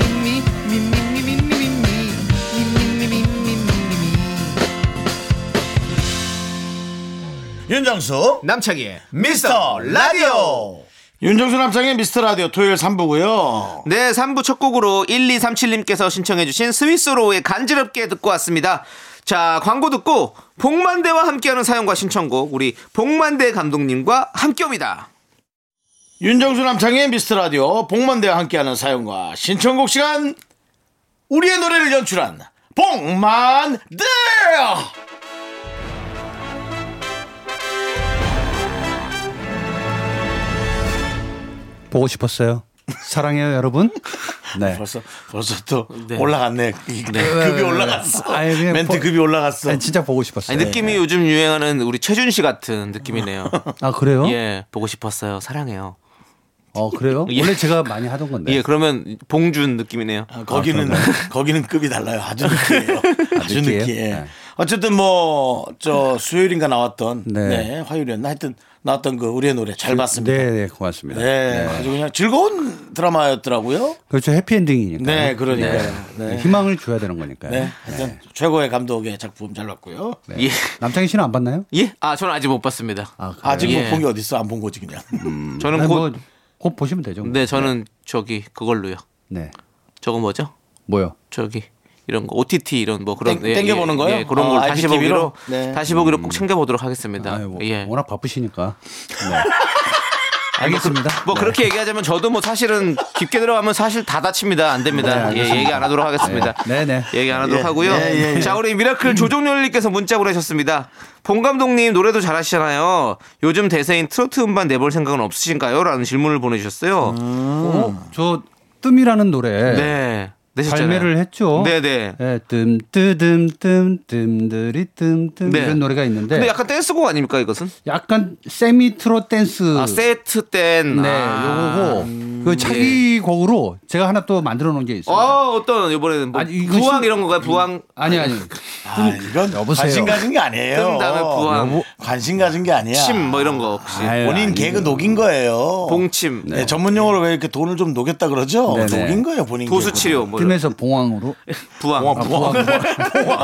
윤정수 남창희의 미스터 라디오. 윤정수 남창의 미스터 라디오 토요일 3부고요. 네, 3부 첫 곡으로 1237님께서 신청해주신 스위스로우의 간지럽게 듣고 왔습니다. 자, 광고 듣고 복만대와 함께하는 사연과 신청곡 우리 복만대 감독님과 함께옵니다. 윤정수 남창의 미스터 라디오 복만대와 함께하는 사연과 신청곡 시간. 우리의 노래를 연출한 복만대. 보고 싶었어요. 사랑해요, 여러분. 네. 벌써 벌써 또 네. 올라갔네. 급이 올라갔어. 아니, 그냥 멘트 보- 급이 올라갔어. 아니, 진짜 보고 싶었어요. 아니, 느낌이 요즘 유행하는 우리 최준 씨 같은 느낌이네요. 아 그래요? 예, 보고 싶었어요. 사랑해요. 어 그래요? 예. 원래 제가 많이 하던 건데. 네, 예, 그러면 봉준 느낌이네요. 아, 거기는 거기는 급이 달라요. 아주 느끼해요. 아주 느끼해요? 느끼해. 네. 어쨌든 뭐 저 수요일인가 나왔던 네. 네. 화요일이었나 하여튼 나왔던 그 우리의 노래 잘 봤습니다. 네. 네, 네, 고맙습니다. 아주 그냥 즐거운 드라마였더라고요. 그렇죠. 해피엔딩이니까. 네, 그러니까요. 네. 네. 희망을 줘야 되는 거니까요. 네. 하여튼 최고의 감독의 작품 잘 봤고요. 예. 남창희 씨는 안 봤나요? 예? 아, 저는 아직 못 봤습니다. 아, 그래요? 아직 예. 못본게 어디 있어? 안 본 거지 그냥. 저는 아니, 곧, 뭐, 곧 보시면 되죠. 뭐. 네, 저는 저기, 그걸로요. 네. 저거 뭐죠? 뭐요? 저기, 이런 거, OTT 이런 뭐 그런. 땡- 땡겨보는 거요? 예, 그런 아, 걸 다시 IPTV 로? 보기로, 네. 다시 보기로 꼭 챙겨보도록 하겠습니다. 아유, 뭐, 예. 워낙 바쁘시니까. 네. 알겠습니다. 뭐 네. 그렇게 얘기하자면 저도 뭐 사실은 깊게 들어가면 사실 다 다칩니다. 안 됩니다. 네, 예, 얘기 안 하도록 하겠습니다. 네, 네. 얘기 안 하도록 예, 하고요. 예, 예. 자, 우리 미라클 조종렬님께서 문자 보내셨습니다. 봉 감독님 노래도 잘하시잖아요. 요즘 대세인 트로트 음반 내볼 생각은 없으신가요? 라는 질문을 보내주셨어요. 어, 저 뜸이라는 노래 음. 네. 내셨잖아요. 발매를 했죠. 네네. 예, 뜸 뜨듬 뜸 뜸들이 뜸뜸 네. 이런 노래가 있는데 근데 약간 댄스곡 아닙니까 이것은? 약간 세미 트로 댄스 아 세트 댄. 그 네, 아. 요거고 그 차기 곡으로 제가 하나 또 만들어 놓은 게 있어요. 어 어떤 이번에는 뭐 아니, 이거 부왕 신- 이런 건가요? 부왕. 아니 아니. 아, 이건 여보세요. 관심 가진 게 아니에요. 뜸 다음에 부항. 여보- 관심 가진 게 아니야. 침 뭐 이런 거 혹시 네, 아유, 본인 아니, 개그 녹인 거예요. 봉침 네. 전문 용어로 왜 이렇게 돈을 좀 녹였다 그러죠? 네네. 녹인 거예요, 본인. 도수 기억으로. 치료 뭐 이런 뜸에서 봉황으로 부왕 뭐, 와, 부왕.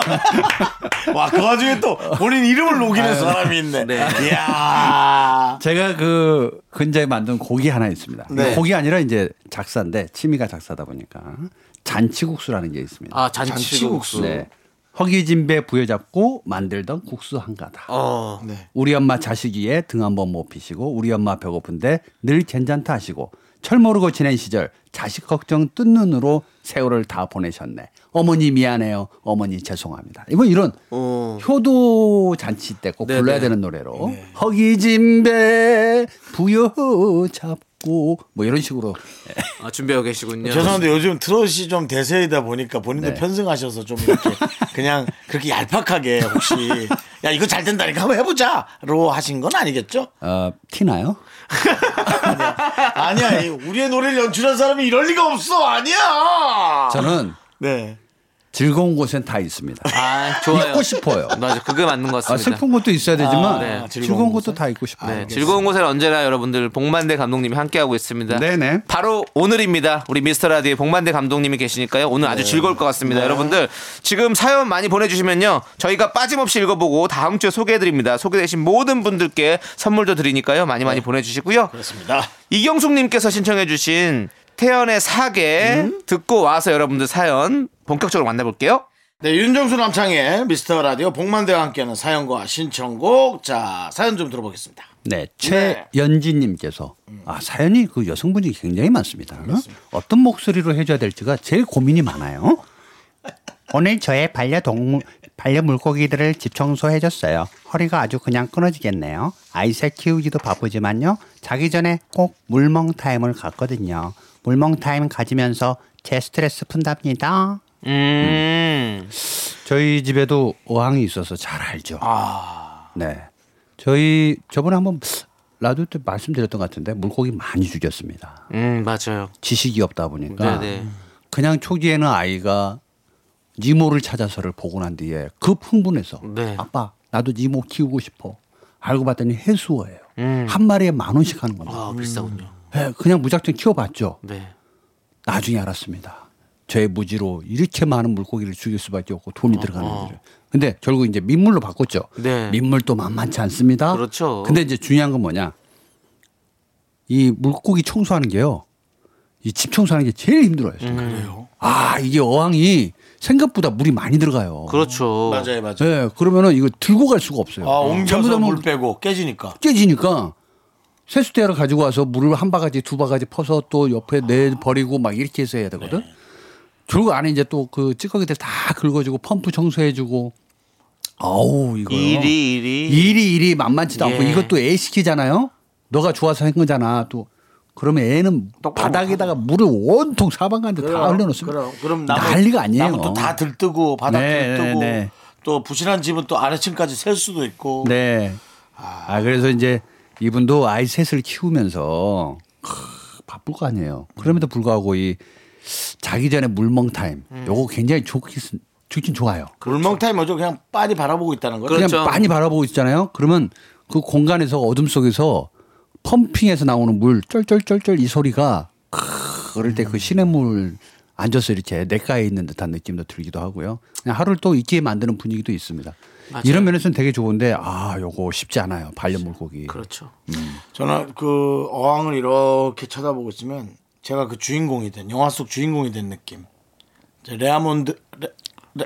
부왕. 와, 그 와중에 또 본인 이름을 녹이는 사람이 있네. 네. 이야. 제가 그 근자에 만든 곡이 하나 있습니다. 네. 곡이 아니라 이제 작사인데 취미가 작사다 보니까 잔치국수라는 게 있습니다. 아 잔치국수. 네. 허기진배 부여잡고 만들던 국수 한 가닥. 어. 네. 우리 엄마 자식이에 등 한번 못 피시고 우리 엄마 배고픈데 늘 괜찮다 하시고 철모르고 지낸 시절 자식 걱정 뜬 눈으로 세월을 다 보내셨네. 어머니 미안해요. 어머니 죄송합니다. 뭐 이번 이런 어. 효도 잔치 때 꼭 네네. 불러야 되는 노래로 허기진배 부여잡고 뭐 이런 식으로 아 준비하고 계시군요. 죄송한데 요즘 트롯이 좀 대세이다 보니까 본인도 네. 편승하셔서 좀 이렇게 그냥 그렇게 얄팍하게 혹시 야, 이거 잘 된다니까 한번 해보자! 로 하신 건 아니겠죠? 어, 티나요? 아니야. 이 우리의 노래를 연출한 사람이 이럴 리가 없어. 아니야. 저는 네. 즐거운 곳엔 다 있습니다. 아 좋아요. 있고 싶어요. 맞아 그게 맞는 것 아, 같습니다. 슬픈 것도 있어야 되지만 아, 네. 즐거운 즐거운 것도 다 있고 싶어요. 네, 즐거운 곳에 언제나 여러분들 복만대 감독님이 함께하고 있습니다. 네네. 바로 오늘입니다. 우리 미스터 라디오에 복만대 감독님이 계시니까요. 오늘 아주 즐거울 것 같습니다. 여러분들 지금 사연 많이 보내주시면요. 저희가 빠짐없이 읽어보고 다음 주에 소개해드립니다. 소개되신 모든 분들께 선물도 드리니까요. 많이 많이 보내주시고요. 그렇습니다. 이경숙님께서 음? 신청해주신 태연의 사계 듣고 와서 여러분들 사연 본격적으로 만나볼게요. 네, 윤정수 남창의 미스터 라디오 복만대와 함께하는 사연과 신청곡. 자, 사연 좀 들어보겠습니다. 네, 최연지님께서 아 사연이 그 여성분이 굉장히 많습니다. 어떤 목소리로 해줘야 될지가 제일 고민이 많아요. 오늘 저의 반려동물 반려물고기들을 집 청소해줬어요. 허리가 아주 그냥 끊어지겠네요. 아이새 키우기도 바쁘지만요. 자기 전에 꼭 물멍 타임을 갖거든요. 물멍 타임 가지면서 제 스트레스 푼답니다. 음. 저희 집에도 어항이 있어서 잘 알죠. 아. 네. 저희 저번에 한번 라디오 때 말씀드렸던 것 같은데 물고기 많이 죽였습니다. 음, 맞아요. 지식이 없다 보니까 네네. 그냥 초기에는 아이가 니모를 찾아서를 보고 난 뒤에 급 흥분해서 네. 아빠 나도 니모 키우고 싶어. 알고 봤더니 해수어예요. 한 마리에 만 원씩 하는 겁니다. 음. 아, 비싸군요. 예, 그냥 무작정 키워봤죠. 네. 나중에 알았습니다. 저의 무지로 이렇게 많은 물고기를 죽일 수밖에 없고 돈이 들어가는 거죠. 근데 결국 이제 민물로 바꿨죠. 네. 민물도 만만치 않습니다. 그렇죠. 근데 이제 중요한 건 뭐냐? 이 물고기 청소하는 게요. 이 집 청소하는 게 제일 힘들어요. 지금. 음, 아 이게 어항이 생각보다 물이 많이 들어가요. 그렇죠. 맞아요, 맞아요. 네, 그러면은 이거 들고 갈 수가 없어요. 아, 전부 다 옮겨서 뭐 물 빼고 깨지니까. 깨지니까 세수대를 가지고 와서 물을 한 바가지 두 바가지 퍼서 또 옆에 내 버리고 막 이렇게 해서 해야 네. 되거든. 결국 안에 이제 또 그 찌꺼기들 다 긁어주고 펌프 청소해주고. 아우 이거 일이 일이. 일이 일이 만만치도 않고 예. 이것도 애 시키잖아요. 너가 좋아서 한 거잖아. 또 그러면 애는 바닥에다가 물을 온통 사방간데 다 흘려놓습니다. 그럼, 그럼 나무, 난리가 아니에요. 나무 또다 들뜨고 바닥 네, 들뜨고 네, 네. 또 부실한 집은 또 아래층까지 셀 수도 있고. 네. 아 그래서 이제 이분도 아이 셋을 키우면서 크, 바쁠 거 아니에요. 그럼에도 불구하고 이 자기 전에 물멍 타임 요거 굉장히 좋긴 좋긴 좋아요. 물멍타임 어죠 그냥 빤히 바라보고 있다는 거예요. 그냥 그렇죠. 많이 바라보고 있잖아요. 그러면 그 공간에서 어둠 속에서 펌핑해서 나오는 물 쩔쩔쩔쩔 이 소리가 크, 그럴 때 그 시냇물 앉아서 이렇게 냇가에 있는 듯한 느낌도 들기도 하고요. 그냥 하루를 또 잊게 만드는 분위기도 있습니다. 이런 면에서는 되게 좋은데 아 요거 쉽지 않아요. 반려 물고기. 그렇죠. 저는 그 어항을 이렇게 쳐다보고 있으면 제가 그 주인공이 된 영화 속 주인공이 된 느낌. 이제 레아몬드 레, 레,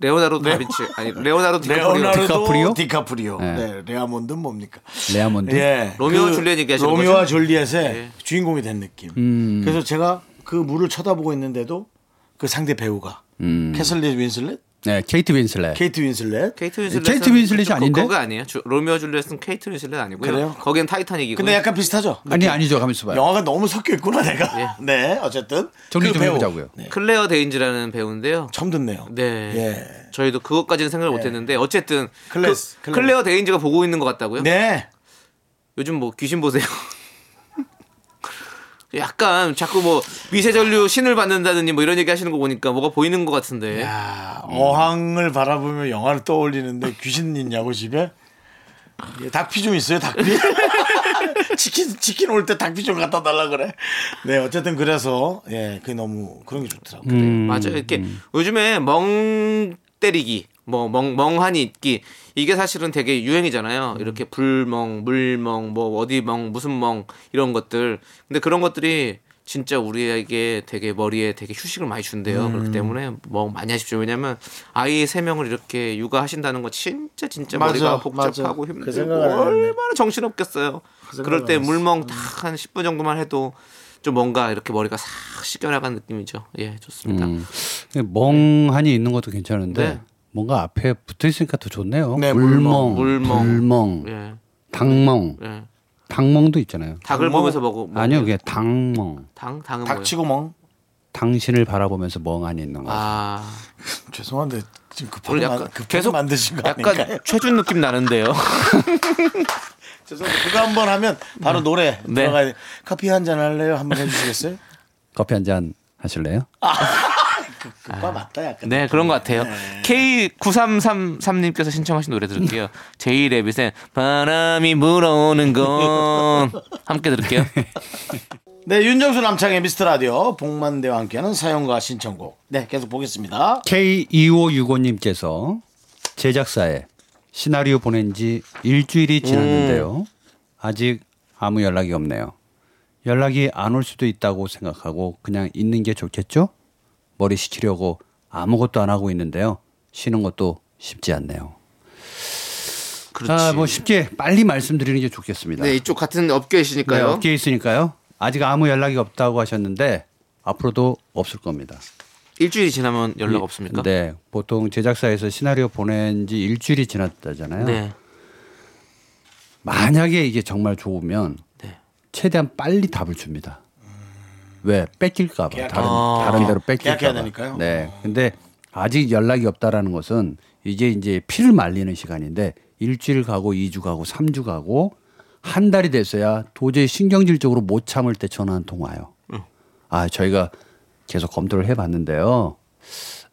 레오나르도 다빈치 아니 네. 레오나르도 디카프리오. 레오나르도 디카프리오? 디카프리오. 네. 네. 레아몬드는 뭡니까? 레아몬드? 예. 로미오와 줄리엣 얘기하시는 로미오와 거죠? 예. 줄리엣의 주인공이 된 느낌. 음. 그래서 제가 그 물을 쳐다보고 있는데도 그 상대 배우가 음. 캐슬리 윈슬렛, 네, 케이트 윈슬렛. 케이트 윈슬렛. 케이트 윈슬렛. 케이트 윈슬렛이 아닌데? 그거 아니에요. 주- 로미오 줄리엣은 케이트 윈슬렛 아니고요. 그래요? 거긴 타이타닉이고. 근데 약간 비슷하죠? 아니 아니죠. 가만있어 네. 봐요. 영화가 너무 섞여 있구나 내가. 예. 네, 어쨌든 정리 그 좀 배우. 해보자고요. 네. 클레어 데인즈라는 배우인데요. 처음 듣네요. 네. 예. 저희도 그것까지는 생각을 못했는데 어쨌든 클래스, 클래스. 그, 클레어 데인즈가 보고 있는 것 같다고요? 네. 요즘 뭐 귀신 보세요. 약간 자꾸 뭐 미세전류 신을 받는다느니 뭐 이런 얘기 하시는 거 보니까 뭐가 보이는 것 같은데. 야, 음. 어항을 바라보며 영화를 떠올리는데 귀신 있냐고 집에? 예, 닭피 좀 있어요, 닭피. 치킨 치킨 올 때 닭피 좀 갖다 달라 그래. 네, 어쨌든 그래서 예, 그게 너무 그런 게 좋더라고요. 음. 맞아요. 이렇게 요즘에 멍 때리기, 뭐 멍, 멍하니 있기 이게 사실은 되게 유행이잖아요. 이렇게 불멍, 물멍, 뭐 어디 멍, 무슨 멍 이런 것들. 근데 그런 것들이 진짜 우리에게 되게 머리에 되게 휴식을 많이 준대요. 그렇기 때문에 멍 많이 하십시오. 왜냐면 아이 세 명을 이렇게 육아하신다는 거 진짜 진짜 맞아, 머리가 맞아. 복잡하고 그 힘들고 생각을 안 했네. 얼마나 정신 없겠어요. 그럴 때 물멍 딱 한 10분 정도만 해도 좀 뭔가 이렇게 머리가 싹 씻겨나간 느낌이죠. 예, 좋습니다. 음. 예, 멍하니 있는 것도 괜찮은데 네. 뭔가 앞에 붙어 있으니까 더 좋네요. 네, 물멍, 물멍. 불멍, 예, 당멍, 예. 당멍도 있잖아요. 닭을 보면서 먹어. 먹- 아니요, 그게 당멍. 당 당은 뭐? 뭐예요? 닭치고 멍. 당신을 바라보면서 멍하니 있는 거. 아, 죄송한데 지금 급하게 오늘 만- 약간 급하게 계속 만드신 거 약간 아닌가요? 최준 느낌 나는데요. 죄송한데 그거 한번 하면 바로 노래 네. 들어가야 돼. 커피 한 잔 할래요? 한번 해주시겠어요? 커피 한 잔 하실래요? 그거 맞다 약간. 네, 그런 것 같아요. K9333님께서 신청하신 노래 들을게요. 제이레빗의 바람이 불어오는 건 함께 들을게요. 네, 윤정수 남창의 미스터 라디오 복만대와 함께하는 사연과 신청곡. 네, 계속 보겠습니다. K2565님께서 제작사에 시나리오 보낸 지 일주일이 지났는데요. 아직 아무 연락이 없네요. 연락이 안 올 수도 있다고 생각하고 그냥 있는 게 좋겠죠? 머리 식히려고 아무것도 안 하고 있는데요. 쉬는 것도 쉽지 않네요. 그렇지. 아, 뭐 쉽게 빨리 말씀드리는 게 좋겠습니다. 네, 이쪽 같은 업계이시니까요. 네, 업계에 있으니까요. 아직 아무 연락이 없다고 하셨는데 앞으로도 없을 겁니다. 일주일이 지나면 연락 없습니까? 네, 보통 제작사에서 시나리오 보낸 지 일주일이 지났다잖아요. 네. 만약에 이게 정말 좋으면 네. 최대한 빨리 답을 줍니다. 왜 뺏길까 봐 다른 아. 다른 데로 뺏길까 계약해야 봐. 되니까요. 어. 네. 근데 아직 연락이 없다라는 것은 이제 이제 피를 말리는 시간인데 일주일 가고 이주 가고 삼 주 가고 한 달이 됐어야 도저히 신경질적으로 못 참을 때 전화 한 통 와요. 아, 저희가 계속 검토를 해 봤는데요.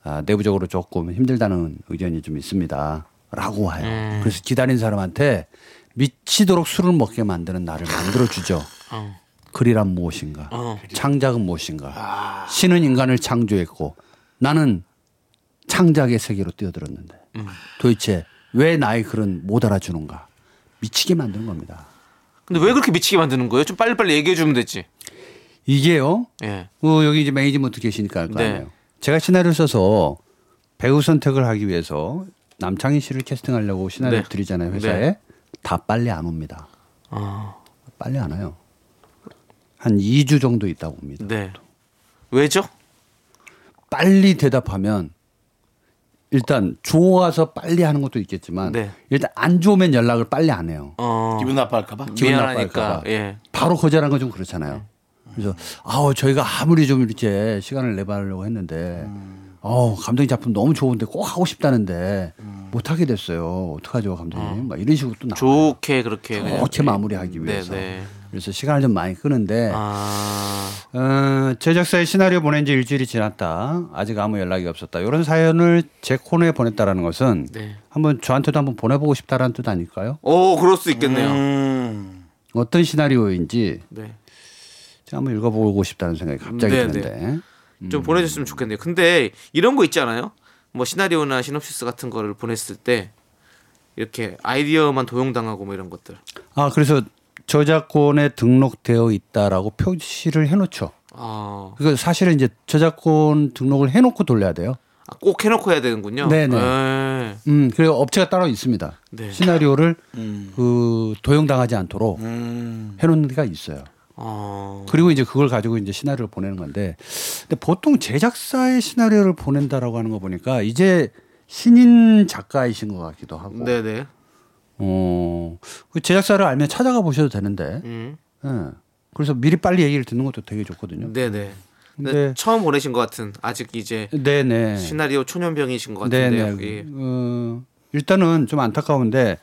아, 내부적으로 조금 힘들다는 의견이 좀 있습니다. 라고 와요. 음. 그래서 기다린 사람한테 미치도록 술을 먹게 만드는 나를 만들어 주죠. 글이란 무엇인가? 어. 창작은 무엇인가? 아. 신은 인간을 창조했고 나는 창작의 세계로 뛰어들었는데 음. 도대체 왜 나의 글은 못 알아주는가? 미치게 만드는 겁니다. 근데 왜 그렇게 미치게 만드는 거예요? 좀 빨리빨리 얘기해 주면 되지. 이게요. 예. 어, 여기 이제 매니지먼트 계시니까 알 거 네. 아니에요. 제가 시나리오 써서 배우 선택을 하기 위해서 남창희 씨를 캐스팅하려고 시나리오 네. 아. 드리잖아요 회사에 다 빨리 안 옵니다. 빨리 안 와요. 한 2주 정도 있다 옵니다. 네. 왜죠? 빨리 대답하면 일단 좋아서 빨리 하는 것도 있겠지만 네. 일단 안 좋으면 연락을 빨리 안 해요. 어. 기분 나빠할까봐. 기분 미안하니까. 나빠할까 봐. 예. 바로 거절한 건 좀 네. 그렇잖아요. 그래서 아우 저희가 아무리 좀 이렇게 시간을 내보려고 했는데 음. 아우 감독님 작품 너무 좋은데 꼭 하고 싶다는데 못 하게 됐어요. 어떡하죠 감독님? 막 이런 식으로 또 나와요. 음. 좋게 그렇게 그냥. 좋게 어, 마무리하기 위해서. 네, 네. 그래서 시간을 좀 많이 끄는데 아. 어, 제작사에 시나리오 보낸 지 일주일이 지났다. 아직 아무 연락이 없었다. 이런 사연을 제 코너에 보냈다라는 것은 네. 한번 저한테도 한번 보내보고 싶다라는 뜻 아닐까요? 오, 어, 그럴 수 있겠네요. 음. 어떤 시나리오인지 네. 제가 한번 읽어보고 싶다는 생각이 갑자기 네, 드는데 음. 좀 보내줬으면 좋겠네요. 근데 이런 거 있잖아요. 뭐 시나리오나 시놉시스 같은 거를 보냈을 때 이렇게 아이디어만 도용당하고 뭐 이런 것들. 아 그래서 저작권에 등록되어 있다라고 표시를 해놓죠. 아, 그거 사실은 이제 저작권 등록을 해놓고 돌려야 돼요. 아, 꼭 해놓고 해야 되는군요. 네, 네. 네. 음 그리고 업체가 따로 있습니다. 네. 음. 시나리오를 그 도용당하지 않도록 음. 해놓는 데가 있어요. 어. 그리고 이제 그걸 가지고 이제 시나리오를 보내는 건데 근데 보통 제작사의 시나리오를 보낸다라고 하는 거 보니까 이제 신인 작가이신 것 같기도 하고 네, 네. 어, 그 제작사를 알면 찾아가 보셔도 되는데 음. 예. 그래서 미리 빨리 얘기를 듣는 것도 되게 좋거든요 네, 네. 네. 처음 보내신 것 같은 아직 이제 네네 시나리오 초년병이신 것 네네 같은데요. 예. 어, 일단은 좀 안타까운데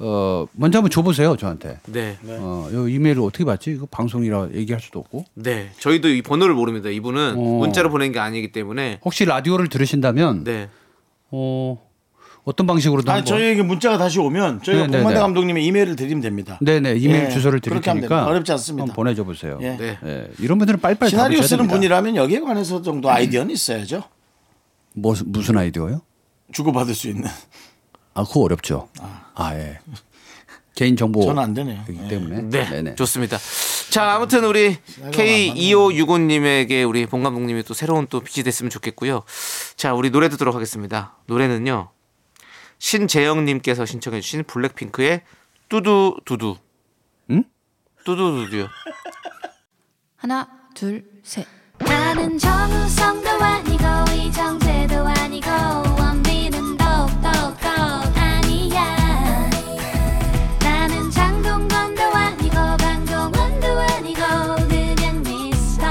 어, 먼저 한번 줘보세요 저한테 네. 어, 요 이메일을 어떻게 받지 이거 방송이라 얘기할 수도 없고 네. 저희도 이 번호를 모릅니다. 이분은 어. 문자로 보낸 게 아니기 때문에 혹시 라디오를 들으신다면 네. 어, 어떤 방식으로든 아니 한번 저희에게 문자가 다시 오면 저희가 뭐. 네, 네, 공만대 네. 감독님의 이메일을 드리면 됩니다. 네네 이메일 예, 주소를 드릴 그렇게 하면 테니까 됩니다. 어렵지 않습니다. 한번 보내줘 보세요. 예. 네. 이런 분들은 빨리빨리 시나리오 답을 줘야 쓰는 네, 됩니다. 분이라면 여기에 관해서 정도 아이디어는 있어야죠. 뭐, 무슨 아이디어요? 주고받을 수 있는. 아 그거 어렵죠. 아 예. 개인 정보 저는 안 되네요. 이기 때문에 네, 네네. 좋습니다. 자, 아무튼 우리 K2565님에게 우리 본 감독님이 또 새로운 또 빛이 됐으면 좋겠고요. 자, 우리 노래 듣도록 하겠습니다. 노래는요. 신재영님께서 신청해주신 블랙핑크의 뚜두두두. 응? 뚜두두두요. 하나, 둘, 셋. 나는 정우성도 아니고 이정재도 아니고 원빈은 더욱더 아니야 나는 장동건도 아니고 강동원도 아니고 그냥 미스터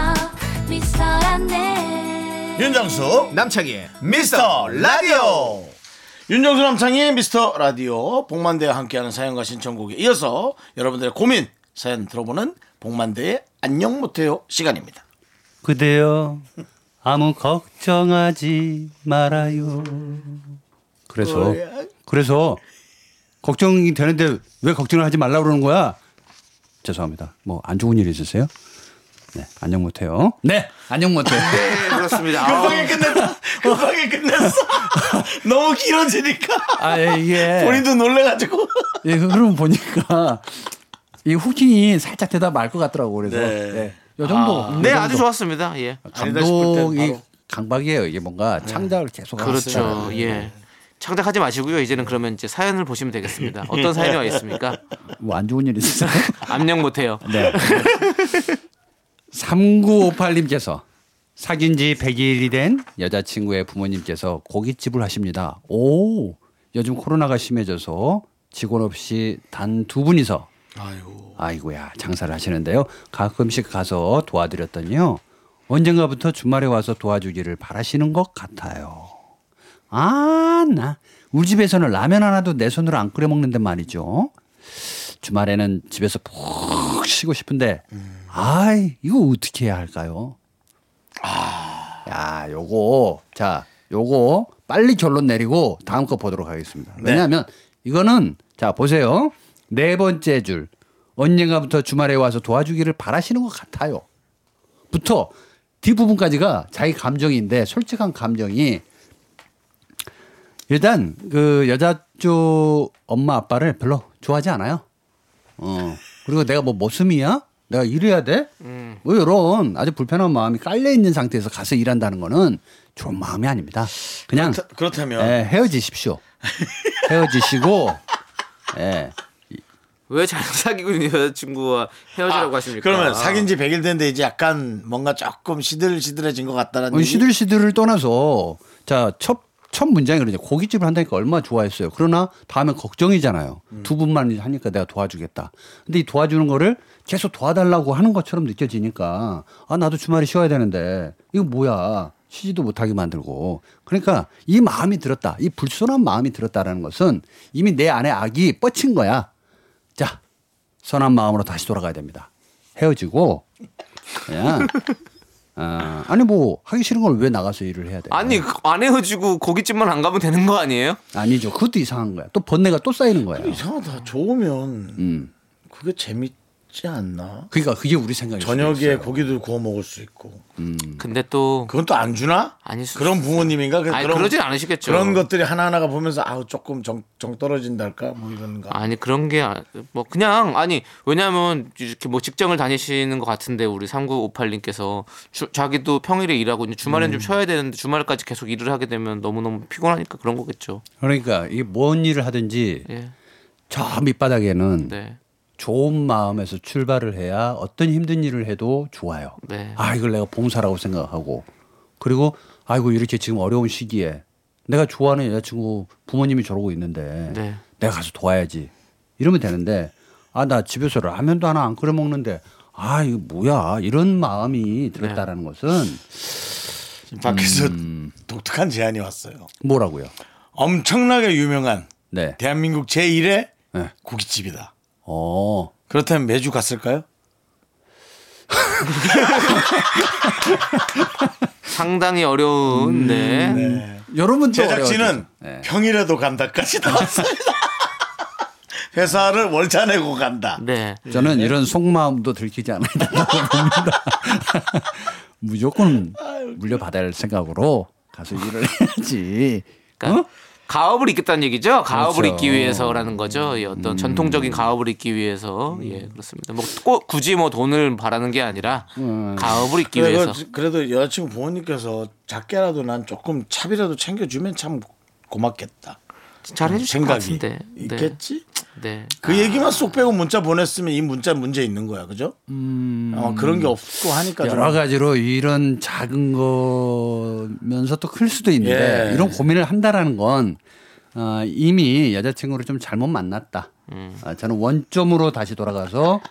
미스터란데 윤정수 남창희의 미스터 라디오 윤정수 남창희 미스터 라디오 복만대와 함께하는 사연과 신청곡에 이어서 여러분들의 고민 사연 들어보는 복만대의 안녕 못해요 시간입니다. 그대여 아무 걱정하지 말아요. 어, 어, 그래서 예. 예. 그래서 걱정이 되는데 왜 걱정을 하지 말라 그러는 거야? 죄송합니다. 뭐 안 좋은 일 있으세요? 네 안녕 못해요. 네 안녕 못해요. 네, 그렇습니다. 아우, 끝났다. 급하게 끝났어. 너무 길어지니까 아 예, 이게 본인도 놀래가지고. 예, 그- 그러고 보니까 이 후킹이 살짝 대답 말 것 같더라고 그래서 네. 예, 요 정도. 요 네, 정도. 아주 좋았습니다. 예. 아니다 싶을 땐 감독이 바로. 강박이에요. 이게 뭔가 창작을 계속 하고 그렇죠. 있어요. 네, 예. 창작하지 마시고요. 이제는 그러면 이제 사연을 보시면 되겠습니다. 어떤 사연이 와 있습니까? 뭐 안 좋은 일 있어요? 압력 못해요. 네. 3958님께서 사귄 지 100일이 된 여자친구의 부모님께서 고깃집을 하십니다. 오, 요즘 코로나가 심해져서 직원 없이 단 두 분이서 아이고. 야 장사를 하시는데요. 가끔씩 가서 도와드렸더니요. 언젠가부터 주말에 와서 도와주기를 바라시는 것 같아요. 아, 나 우리 집에서는 라면 하나도 내 손으로 안 끓여 먹는데 말이죠. 주말에는 집에서 푹 쉬고 싶은데 아이 이거 어떻게 해야 할까요? 아, 야 요거 자 요거 빨리 결론 내리고 다음 거 보도록 하겠습니다. 왜냐하면 이거는 자 보세요 네 번째 줄 언젠가부터 주말에 와서 도와주기를 바라시는 것 같아요. 부터 뒷 부분까지가 자기 감정인데 솔직한 감정이 일단 그 여자 쪽 엄마 아빠를 별로 좋아하지 않아요. 어. 그리고 내가 뭐 모습이야? 내가 일해야 돼? 뭐 이런 아주 불편한 마음이 깔려 있는 상태에서 가서 일한다는 거는 좋은 마음이 아닙니다. 그냥 그렇다- 그렇다면 예, 헤어지십시오. 헤어지시고 예. 왜 잘 사귀고 있는 여자친구와 아, 헤어지라고 하십니까? 아, 그러면 사귄 지 100일 됐는데 이제 약간 뭔가 조금 시들시들해진 것 같다라는 어, 얘기? 시들시들을 떠나서 자 첫 첫 문장이 그러죠. 고깃집을 한다니까 얼마나 좋아했어요. 그러나 다음에 걱정이잖아요. 두 분만 하니까 내가 도와주겠다. 근데 이 도와주는 거를 계속 도와달라고 하는 것처럼 느껴지니까 아 나도 주말에 쉬어야 되는데 이거 뭐야 쉬지도 못하게 만들고 그러니까 이 마음이 들었다. 이 불손한 마음이 들었다라는 것은 이미 내 안에 악이 뻗친 거야. 자 선한 마음으로 다시 돌아가야 됩니다. 헤어지고 그냥 아, 아니 뭐 하기 싫은 걸 왜 나가서 일을 해야 돼? 아니 그안 헤어지고 고깃집만 안 가면 되는 거 아니에요? 아니죠. 그것도 이상한 거야. 또 번뇌가 또 쌓이는 거야. 이상하다. 좋으면 음. 그게 재밌지 않나? 그러니까 그게 우리 생각이 저녁에 고기도 구워 먹을 수 있고 근데 또 그건 또 안 주나? 아닐 수도 그런 부모님인가? 아니 음. 그런- 그러진 않으시겠죠. 그런 것들이 하나하나가 보면서 아우 조금 정, 정 떨어진달까 뭐 이런가. 아니 그런 게 뭐 그냥 아니 왜냐하면 이렇게 뭐 직장을 다니시는 것 같은데 우리 3958님께서 주, 자기도 평일에 일하고 이제 음. 주말엔 좀 쉬어야 되는데 주말까지 계속 일을 하게 되면 너무 너무 피곤하니까 그런 거겠죠. 그러니까 이 뭔 일을 하든지 예. 저 밑바닥에는 네. 좋은 마음에서 출발을 해야 어떤 힘든 일을 해도 좋아요. 네. 아 이걸 내가 봉사라고 생각하고 그리고 아이고 이렇게 지금 어려운 시기에 내가 좋아하는 여자친구 부모님이 저러고 있는데 네. 내가 가서 도와야지 이러면 되는데 아 나 집에서 라면도 하나 안 끓여 먹는데 아 이거 뭐야 이런 마음이 들었다라는 것은 음. 밖에서 독특한 제안이 왔어요. 뭐라고요? 엄청나게 유명한 네. 대한민국 제1의 네. 고깃집이다. 어. 그렇다면 매주 갔을까요? 상당히 음, 어려운 네. 여러분도 제작진은 어려워지죠. 네. 평일에도 간다까지 나왔습니다. 회사를 월차 내고 간다. 네. 저는 이런 속마음도 들키지 않아야 된다고 봅니다. 무조건 물려받아야 할 생각으로 가서 일을 해야지. 그러니까 가업을 잇겠다는 얘기죠. 가업을 어? 그렇죠. 음. 잇기 위해서라는 거죠. 이 어떤 전통적인 가업을 잇기 위해서 예 그렇습니다. 뭐 꼭 굳이 뭐 돈을 바라는 게 아니라 음. 가업을 잇기 그래, 위해서. 그래도, 그래도 여자친구 부모님께서 작게라도 난 조금 차비라도 챙겨주면 참 고맙겠다. 잘 해주실 것 생각이 같은데. 네. 있겠지? 네. 그 얘기만 쏙 빼고 문자 보냈으면 이 문자 문제 있는 거야, 그죠? 음. 어, 그런 게 없고 하니까 좀- 여러 가지로 이런 작은 거면서 또 클 수도 있는데 예. 이런 고민을 한다라는 건 어, 이미 여자친구를 좀 잘못 만났다. 음. 아, 저는 원점으로 다시 돌아가서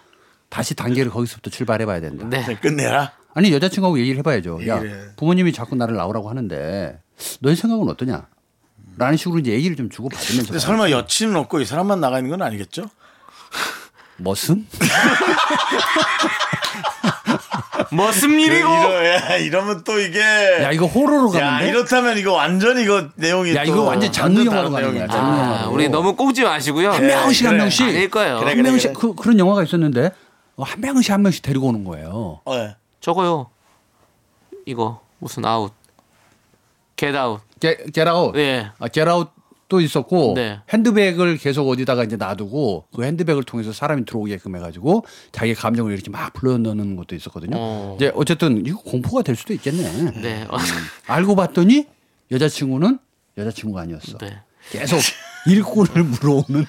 다시 단계를 거기서부터 출발해봐야 된다. 네. 끝내라. 아니 여자친구하고 얘기를 해봐야죠. 야 얘기를 해. 부모님이 자꾸 나를 나오라고 하는데 너희 생각은 어떠냐? 라는 식으로 이제 얘기를 좀 주고 받으면서 근데 설마 여친은 없고 이 사람만 나가 있는 건 아니겠죠? 머슴? 그러니까 머슴 그, 일이고. 이러, 야, 이러면 또 이게 야 이거 호러로 네. 야, 가는데? 이렇다면 이거 완전 이거 내용이 야, 또 이거 완전 장르 완전 영화로 다른 가는 내용이야. 거야. 장르 영화. 아, 우리 너무 꼬지 마시고요. 음. 네. 한 명씩 한 그래. 명씩 아닐 거예요. 그래, 한 그래, 명씩 그래. 그, 그런 영화가 있었는데 어, 한 명씩 한 명씩 데리고 오는 거예요. 어, 예. 저거요. 이거 무슨 아웃. 겟 아웃. 게, 겟아웃. 예. 아, 겟아웃 또 있었고 네. 핸드백을 계속 어디다가 이제 놔두고 그 핸드백을 통해서 사람이 들어오게끔 해가지고 자기 감정을 이렇게 막 불러넣는 것도 있었거든요. 어. 이제 어쨌든 이거 공포가 될 수도 있겠네. 음. 네. 어, 알고 봤더니 여자친구는 여자친구가 아니었어. 네. 계속 일꾼을 물어오는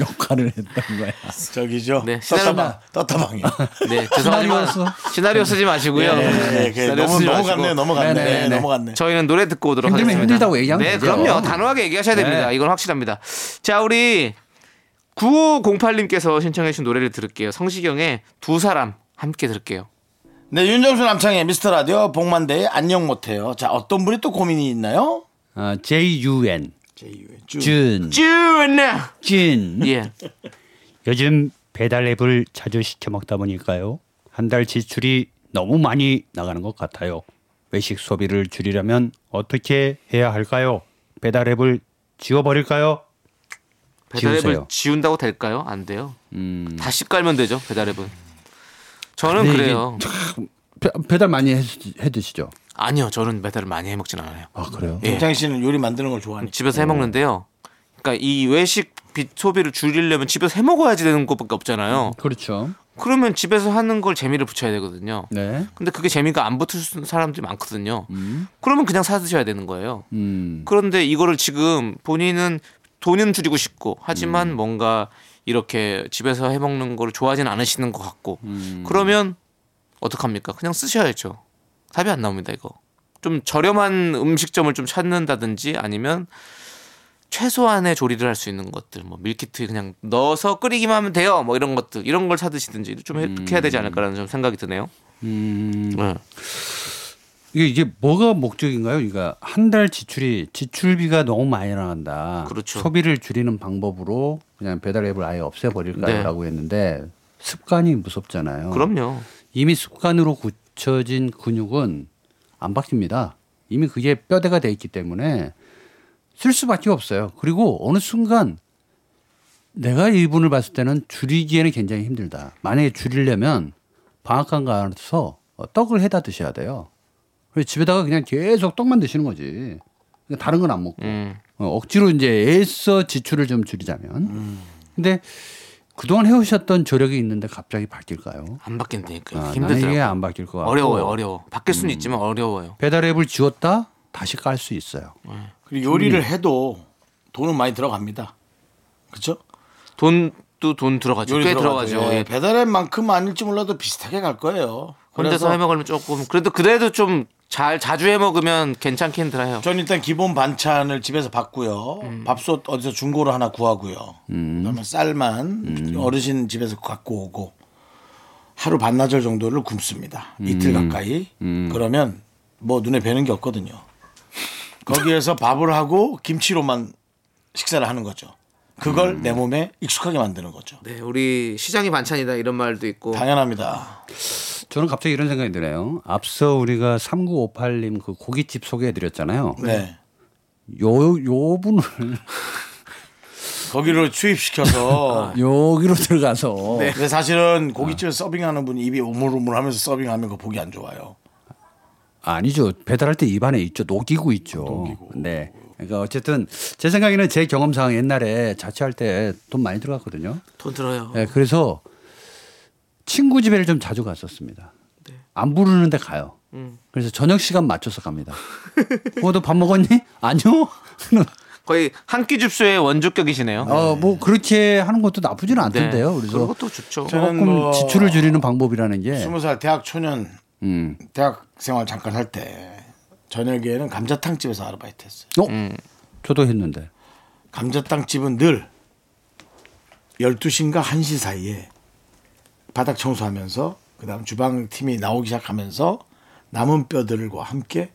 역할을 했던 거야. 저기죠. 네, 떴다방. 떴다방이요. 네, 죄송하지만 시나리오 시나리오 쓰지 마시고요. 네, 그 너무 넘어갔네요. 넘어갔네. 예, 네, 네, 네. 넘어갔네. 저희는 노래 듣고 오도록 힘들면 하겠습니다. 힘들다고 얘기하면 네, 되죠. 그럼요. 단호하게 얘기하셔야 됩니다. 네. 이건 확실합니다. 자, 우리 9508님께서 신청해 주신 노래를 들을게요. 성시경의 두 사람 함께 들을게요. 네, 윤정수 남창의 미스터 라디오 복만대의 안녕 못해요. 자, 어떤 분이 또 고민이 있나요? 어, JUN 쭉. 준 쭈나. 준. 예. 요즘 배달 앱을 자주 시켜 먹다 보니까요. 한 달 지출이 너무 많이 나가는 것 같아요. 외식 소비를 줄이려면 어떻게 해야 할까요? 배달 앱을 지워버릴까요? 배달앱을 지우세요. 지운다고 될까요? 안 돼요. 음. 다시 깔면 되죠. 배달앱은. 저는 근데 그래요. 배달 많이 해, 드시죠? 아니요. 저는 배달을 많이 해 먹진 않아요. 아 그래요? 예. 남창희 씨는 요리 만드는 걸 좋아하니까. 집에서 해 먹는데요. 그러니까 이 외식 비 소비를 줄이려면 집에서 해 먹어야지 되는 것밖에 없잖아요. 그렇죠. 그러면 집에서 하는 걸 재미를 붙여야 되거든요. 네. 근데 그게 재미가 안 붙을 수 있는 사람들이 많거든요. 그러면 그냥 사 드셔야 되는 거예요. 음. 그런데 이거를 지금 본인은 돈은 줄이고 싶고 하지만 음. 뭔가 이렇게 집에서 해 먹는 거를 좋아하진 않으시는 것 같고 음. 그러면 어떡합니까? 그냥 쓰셔야죠. 답이 안 나옵니다, 이거. 좀 저렴한 음식점을 좀 찾는다든지 아니면 최소한의 조리를 할 수 있는 것들 뭐 밀키트 그냥 넣어서 끓이기만 하면 돼요 뭐 이런 것들 이런 걸 사드시든지 좀 이렇게 해야 음. 되지 않을까라는 좀 생각이 드네요 네. 어. 이게 이게 뭐가 목적인가요? 그러니까 한 달 지출이 지출비가 너무 많이 나간다. 그렇죠. 소비를 줄이는 방법으로 그냥 배달 앱을 아예 네. 없애버릴까요라고 했는데 습관이 무섭잖아요. 그럼요 이미 습관으로 굳혀진 근육은 안 바뀝니다. 이미 그게 뼈대가 돼 있기 때문에 쓸 수밖에 없어요. 그리고 어느 순간 내가 이분을 봤을 때는 줄이기에는 굉장히 힘들다. 만약에 줄이려면 방앗간 가서 떡을 해다 드셔야 돼요. 그래서 집에다가 그냥 계속 떡만 드시는 거지. 그러니까 다른 건 안 먹고. 음. 어, 억지로 이제 애써 지출을 좀 줄이자면. 근데 그동안 해오셨던 조력이 있는데 갑자기 바뀔까요? 안 바뀐다니까 아, 요 나는 이게 힘들더라고요 안 바뀔 것 같고 어려워요 어려워 바뀔 수는 있지만 어려워요 배달 앱을 지웠다 다시 깔 수 있어요 그리고 요리를 음. 해도 돈은 많이 들어갑니다. 그렇죠? 돈도 돈 들어가죠 꽤 들어가죠 예. 배달앱만큼 아닐지 몰라도 비슷하게 갈 거예요. 혼자서 해 먹으면 조금 그래도 그래도 좀 잘 자주 해 먹으면 괜찮긴 들어요 전 일단 기본 반찬을 집에서 받고요. 밥솥 어디서 중고로 하나 구하고요. 그다음에 쌀만 어르신 집에서 갖고 오고 하루 반나절 정도를 굶습니다. 이틀 가까이. 그러면 뭐 눈에 뵈는 게 없거든요. 거기에서 밥을 하고 김치로만 식사를 하는 거죠. 그걸 내 몸에 익숙하게 만드는 거죠. 네 우리 시장이 반찬이다 이런 말도 있고 당연합니다. 저는 갑자기 이런 생각이 드네요 앞서 우리가 3958님 그 고깃집 소개해드렸잖아요 네. 요, 요 분을 거기를 투입시켜서 여기로 들어가서 네. 근데 사실은 고깃집에 서 서빙하는 분이 입이 오물오물하면서 서빙하면 그 보기 안 좋아요. 아니죠 배달할 때 입안에 있죠 녹이고 있죠 네 그러니까 어쨌든 제 생각에는 제 경험상 옛날에 자취할 때 돈 많이 들어갔거든요 돈 들어요 네, 그래서 친구 집에를 좀 자주 갔었습니다. 네. 안 부르는데 가요. 음. 그래서 저녁 시간 맞춰서 갑니다. 어, 너 밥 먹었니? 아니요. 거의 한 끼 줍수의 원조격이시네요 어, 뭐 그렇게 하는 것도 나쁘지는 네. 않던데요. 런 그래서 것도 좋죠 저는 조금 뭐 지출을 줄이는 방법이라는 게 스무 살 대학 초년 예. 음. 대학 생활 잠깐 할 때 저녁에는 감자탕 집에서 아르바이트 했어요. 어? 저도 했는데. 감자탕 집은 늘 12시인가 1시 사이에 바닥 청소하면서 그다음 주방 팀이 나오기 시작하면서 남은 뼈들과 함께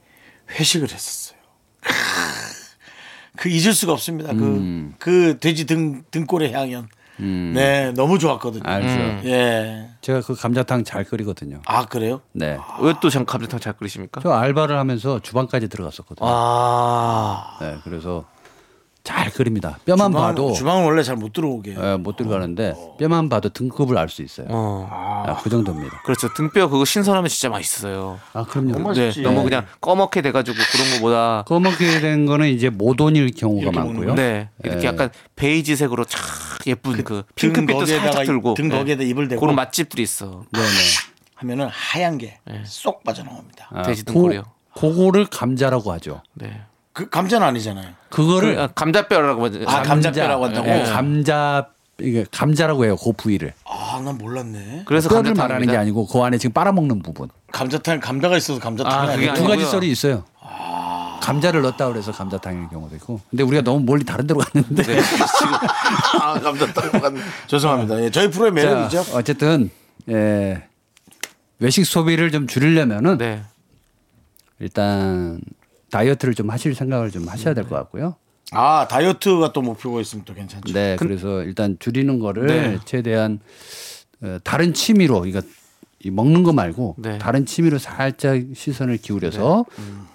회식을 했었어요. 크으, 그 잊을 수가 없습니다. 그 그 음. 돼지 등 등골의 향연. 네, 너무 좋았거든요. 알죠. 예. 제가 그 감자탕 잘 끓이거든요. 아, 그래요? 네. 왜또 감자탕 잘 끓이십니까 아. 저 알바를 하면서 주방까지 들어갔었거든요. 아 네, 그래서 잘 그립니다. 뼈만 주방, 봐도 주방은 원래 잘 못 들어오게. 예, 못 들어가는데 뼈만 봐도 등급을 알 수 있어요. 아, 그 정도입니다. 그렇죠. 등뼈 그거 신선하면 진짜 맛있어요. 아 그럼요. 네, 너무 그냥 꺼멓게 돼가지고 그런 거보다 검게 된 거는 이제 모돈일 경우가 많고요. 네 이렇게 약간 베이지색으로 착 예쁜 그, 핑크빛도 거기에다가 살짝 이- 들고 네. 등 거기에다 입을 대고. 그런 맛집들이 있어. 네네. 하면은 하얀 게 예. 쏙 빠져나옵니다. 아, 돼지 고- 등골이요. 그거를 감자라고 하죠. 네. 그 감자는 아니잖아요. 그거를 아, 감자뼈라고 하죠. 아, 감자뼈라고 한다고? 예, 감자 이게 감자라고 해요. 그 부위를. 아, 난 몰랐네. 그래서 뼈를 감자탕입니다. 말하는 게 아니고 그 안에 지금 빨아먹는 부분. 감자탕 감자가 있어서 아, 감자탕이 아, 그게 니고 두 가지 아니고요. 썰이 있어요. 감자를 넣었다 그래서 감자탕일 경우도 있고. 근데 우리가 너무 멀리 다른 데로 갔는데. 네. 아, 감자탕 같네. 죄송합니다. 예, 저희 네. 프로의 자, 매력이죠. 어쨌든 예, 외식 소비를 좀 줄이려면은 네. 일단 다이어트를 좀 하실 생각을 좀 하셔야 될 것 같고요. 아, 다이어트가 또 목표가 있으면 또 괜찮죠. 네, 그래서 일단 줄이는 거를 그렇죠. 네. 최대한 어, 다른 취미로 이거 이 먹는 거 말고 네. 다른 취미로 살짝 시선을 기울여서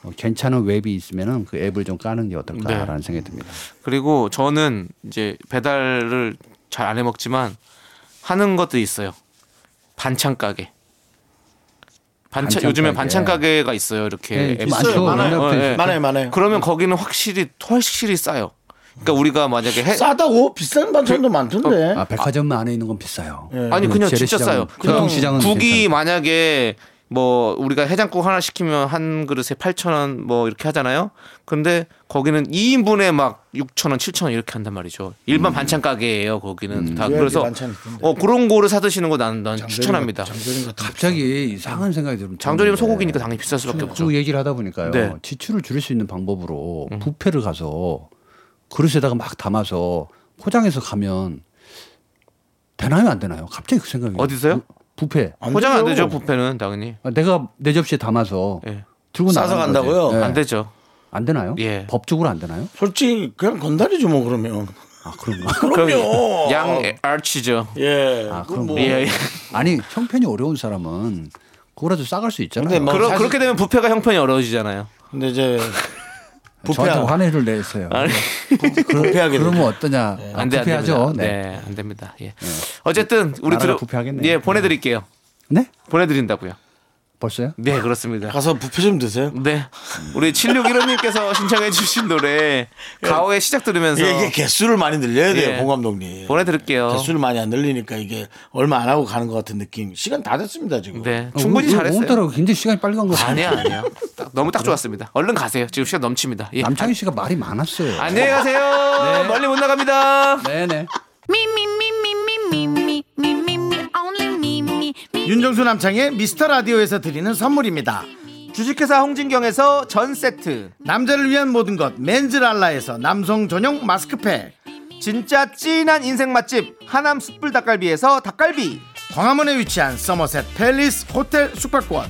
어, 괜찮은 웹이 있으면은 그 앱을 좀 까는 게 네. 어떨까라는 생각이 듭니다. 그리고 저는 이제 배달을 잘 안 해 먹지만 하는 것도 있어요. 반찬 가게. 반찬, 반찬 요즘에 가게. 반찬 가게가 있어요. 이렇게 네, 앱이 많죠. 있어요. 많아요. 어, 예. 많아요, 많아요. 그러면 거기는 확실히 확실히 싸요. 그러니까 우리가 만약에 해, 싸다고 비싼 그, 반찬도 어, 많던데. 아 백화점 안에 있는 건 비싸요. 네. 아니 그냥 진짜 재래시장은- 싸요. 전통시장은 국이 괜찮아요. 만약에 뭐 우리가 해장국 하나 시키면 한 그릇에 8,000원 뭐 이렇게 하잖아요. 근데 거기는 2인분에 막 6,000원, 7,000원 이렇게 한단 말이죠. 일반 반찬 가게예요, 거기는. 다 왜 그래서 반찬 있던데? 어 그런 거를 사 드시는 거 나는 난 추천합니다. 장조림 같은 거. 갑자기 이상한 생각이 네. 들면 장조림 소고기니까 당연히 비쌀 수밖에 없죠. 쭉 얘기를 하다 보니까요. 네. 음. 지출을 줄일 수 있는 방법으로 부페를 가서 그릇에다가 막 담아서 포장해서 가면 되나요 안 되나요? 갑자기 그 생각이 어디서요? 부, 페 포장 안 되죠, 뷔페는 당연히. 내가 내 접시에 담아서 예. 들고 싸서 나가는 거지. 간다고요? 예. 안 되죠. 안 되나요? 예. 법적으로 안 되나요? 솔직히 그냥 건달이죠, 뭐 그러면. 아 그런가? 그럼요. 양 알치죠. 예. 아, 그건 뭐 그럼 예. 예. 아니 형편이 어려운 사람은 그거라도 싸갈 수 있잖아요. 근데 뭐 그러, 사실- 그렇게 되면 뷔페가 형편이 어려워지잖아요. 근데 이제 그 저한테 부패한 화내를 내세요. 아니. 부패하게 그러면 어떠냐? 아, 안돼 안돼 부패하죠. 네. 네. 네, 안 됩니다. 예. 어쨌든 우리 나라가 들어 부패하겠네요. 예, 보내 드릴게요. 네? 보내 드린다고요. 벌써요? 네, 그렇습니다. 가서 부패 좀 드세요. 네. 우리 761호 님께서 신청해 주신 예. 노래 가오의 시작 들으면서 이게, 이게 개수를 많이 늘려야 돼요, 예. 봉 감독님. 보내 예, 드릴게요. 개수를 많이 안 늘리니까 이게 얼마 안 하고 가는 것 같은 느낌. 시간 다 됐습니다 지금. 네. 충분히 오- 오- 잘했어요. 오늘따라 굉장히 시간이 빨리 간거 같아요. 아니야, 아니야. 딱, 너무 딱 좋았습니다. 얼른 가세요. 지금 시간 넘칩니다. 예. 남창희 네. 씨가 말이 많았어요. 안녕히 가세요. 멀리 못 나갑니다. 네네. 윤정수 남창의 미스터 라디오에서 드리는 선물입니다. 주식회사 홍진경에서 전 세트. 남자를 위한 모든 것 맨즈랄라에서 남성 전용 마스크팩. 진짜 찐한 인생 맛집 하남 숯불 닭갈비에서 닭갈비. 광화문에 위치한 서머셋 팰리스 호텔 숙박권.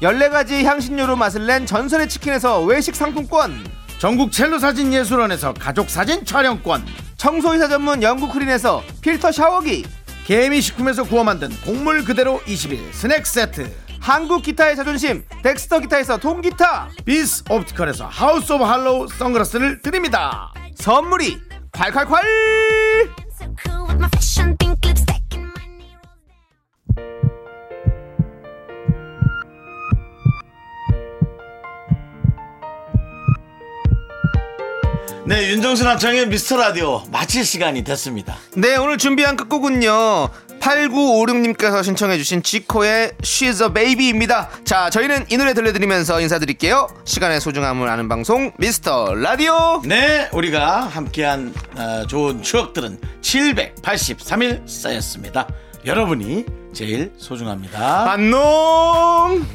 14가지 향신료로 맛을 낸 전설의 치킨에서 외식 상품권 전국 첼로 사진 예술원에서 가족 사진 촬영권. 청소이사 전문 영국 크린에서 필터 샤워기 개미 식품에서 구워 만든 곡물 그대로 20일 스낵 세트. 한국 기타의 자존심 덱스터 기타에서 통기타 비스 옵티컬에서 하우스 오브 할로우 선글라스를 드립니다. 선물이 콸콸콸 네, 윤정수 남창의 미스터 라디오 마칠 시간이 됐습니다. 네 오늘 준비한 끝곡은요 8956님께서 신청해주신 지코의 She's a Baby입니다 자 저희는 이 노래 들려드리면서 인사드릴게요 시간의 소중함을 아는 방송 미스터 라디오 네, 우리가 함께한 어, 좋은 추억들은 783일 쌓였습니다. 여러분이 제일 소중합니다. 안녕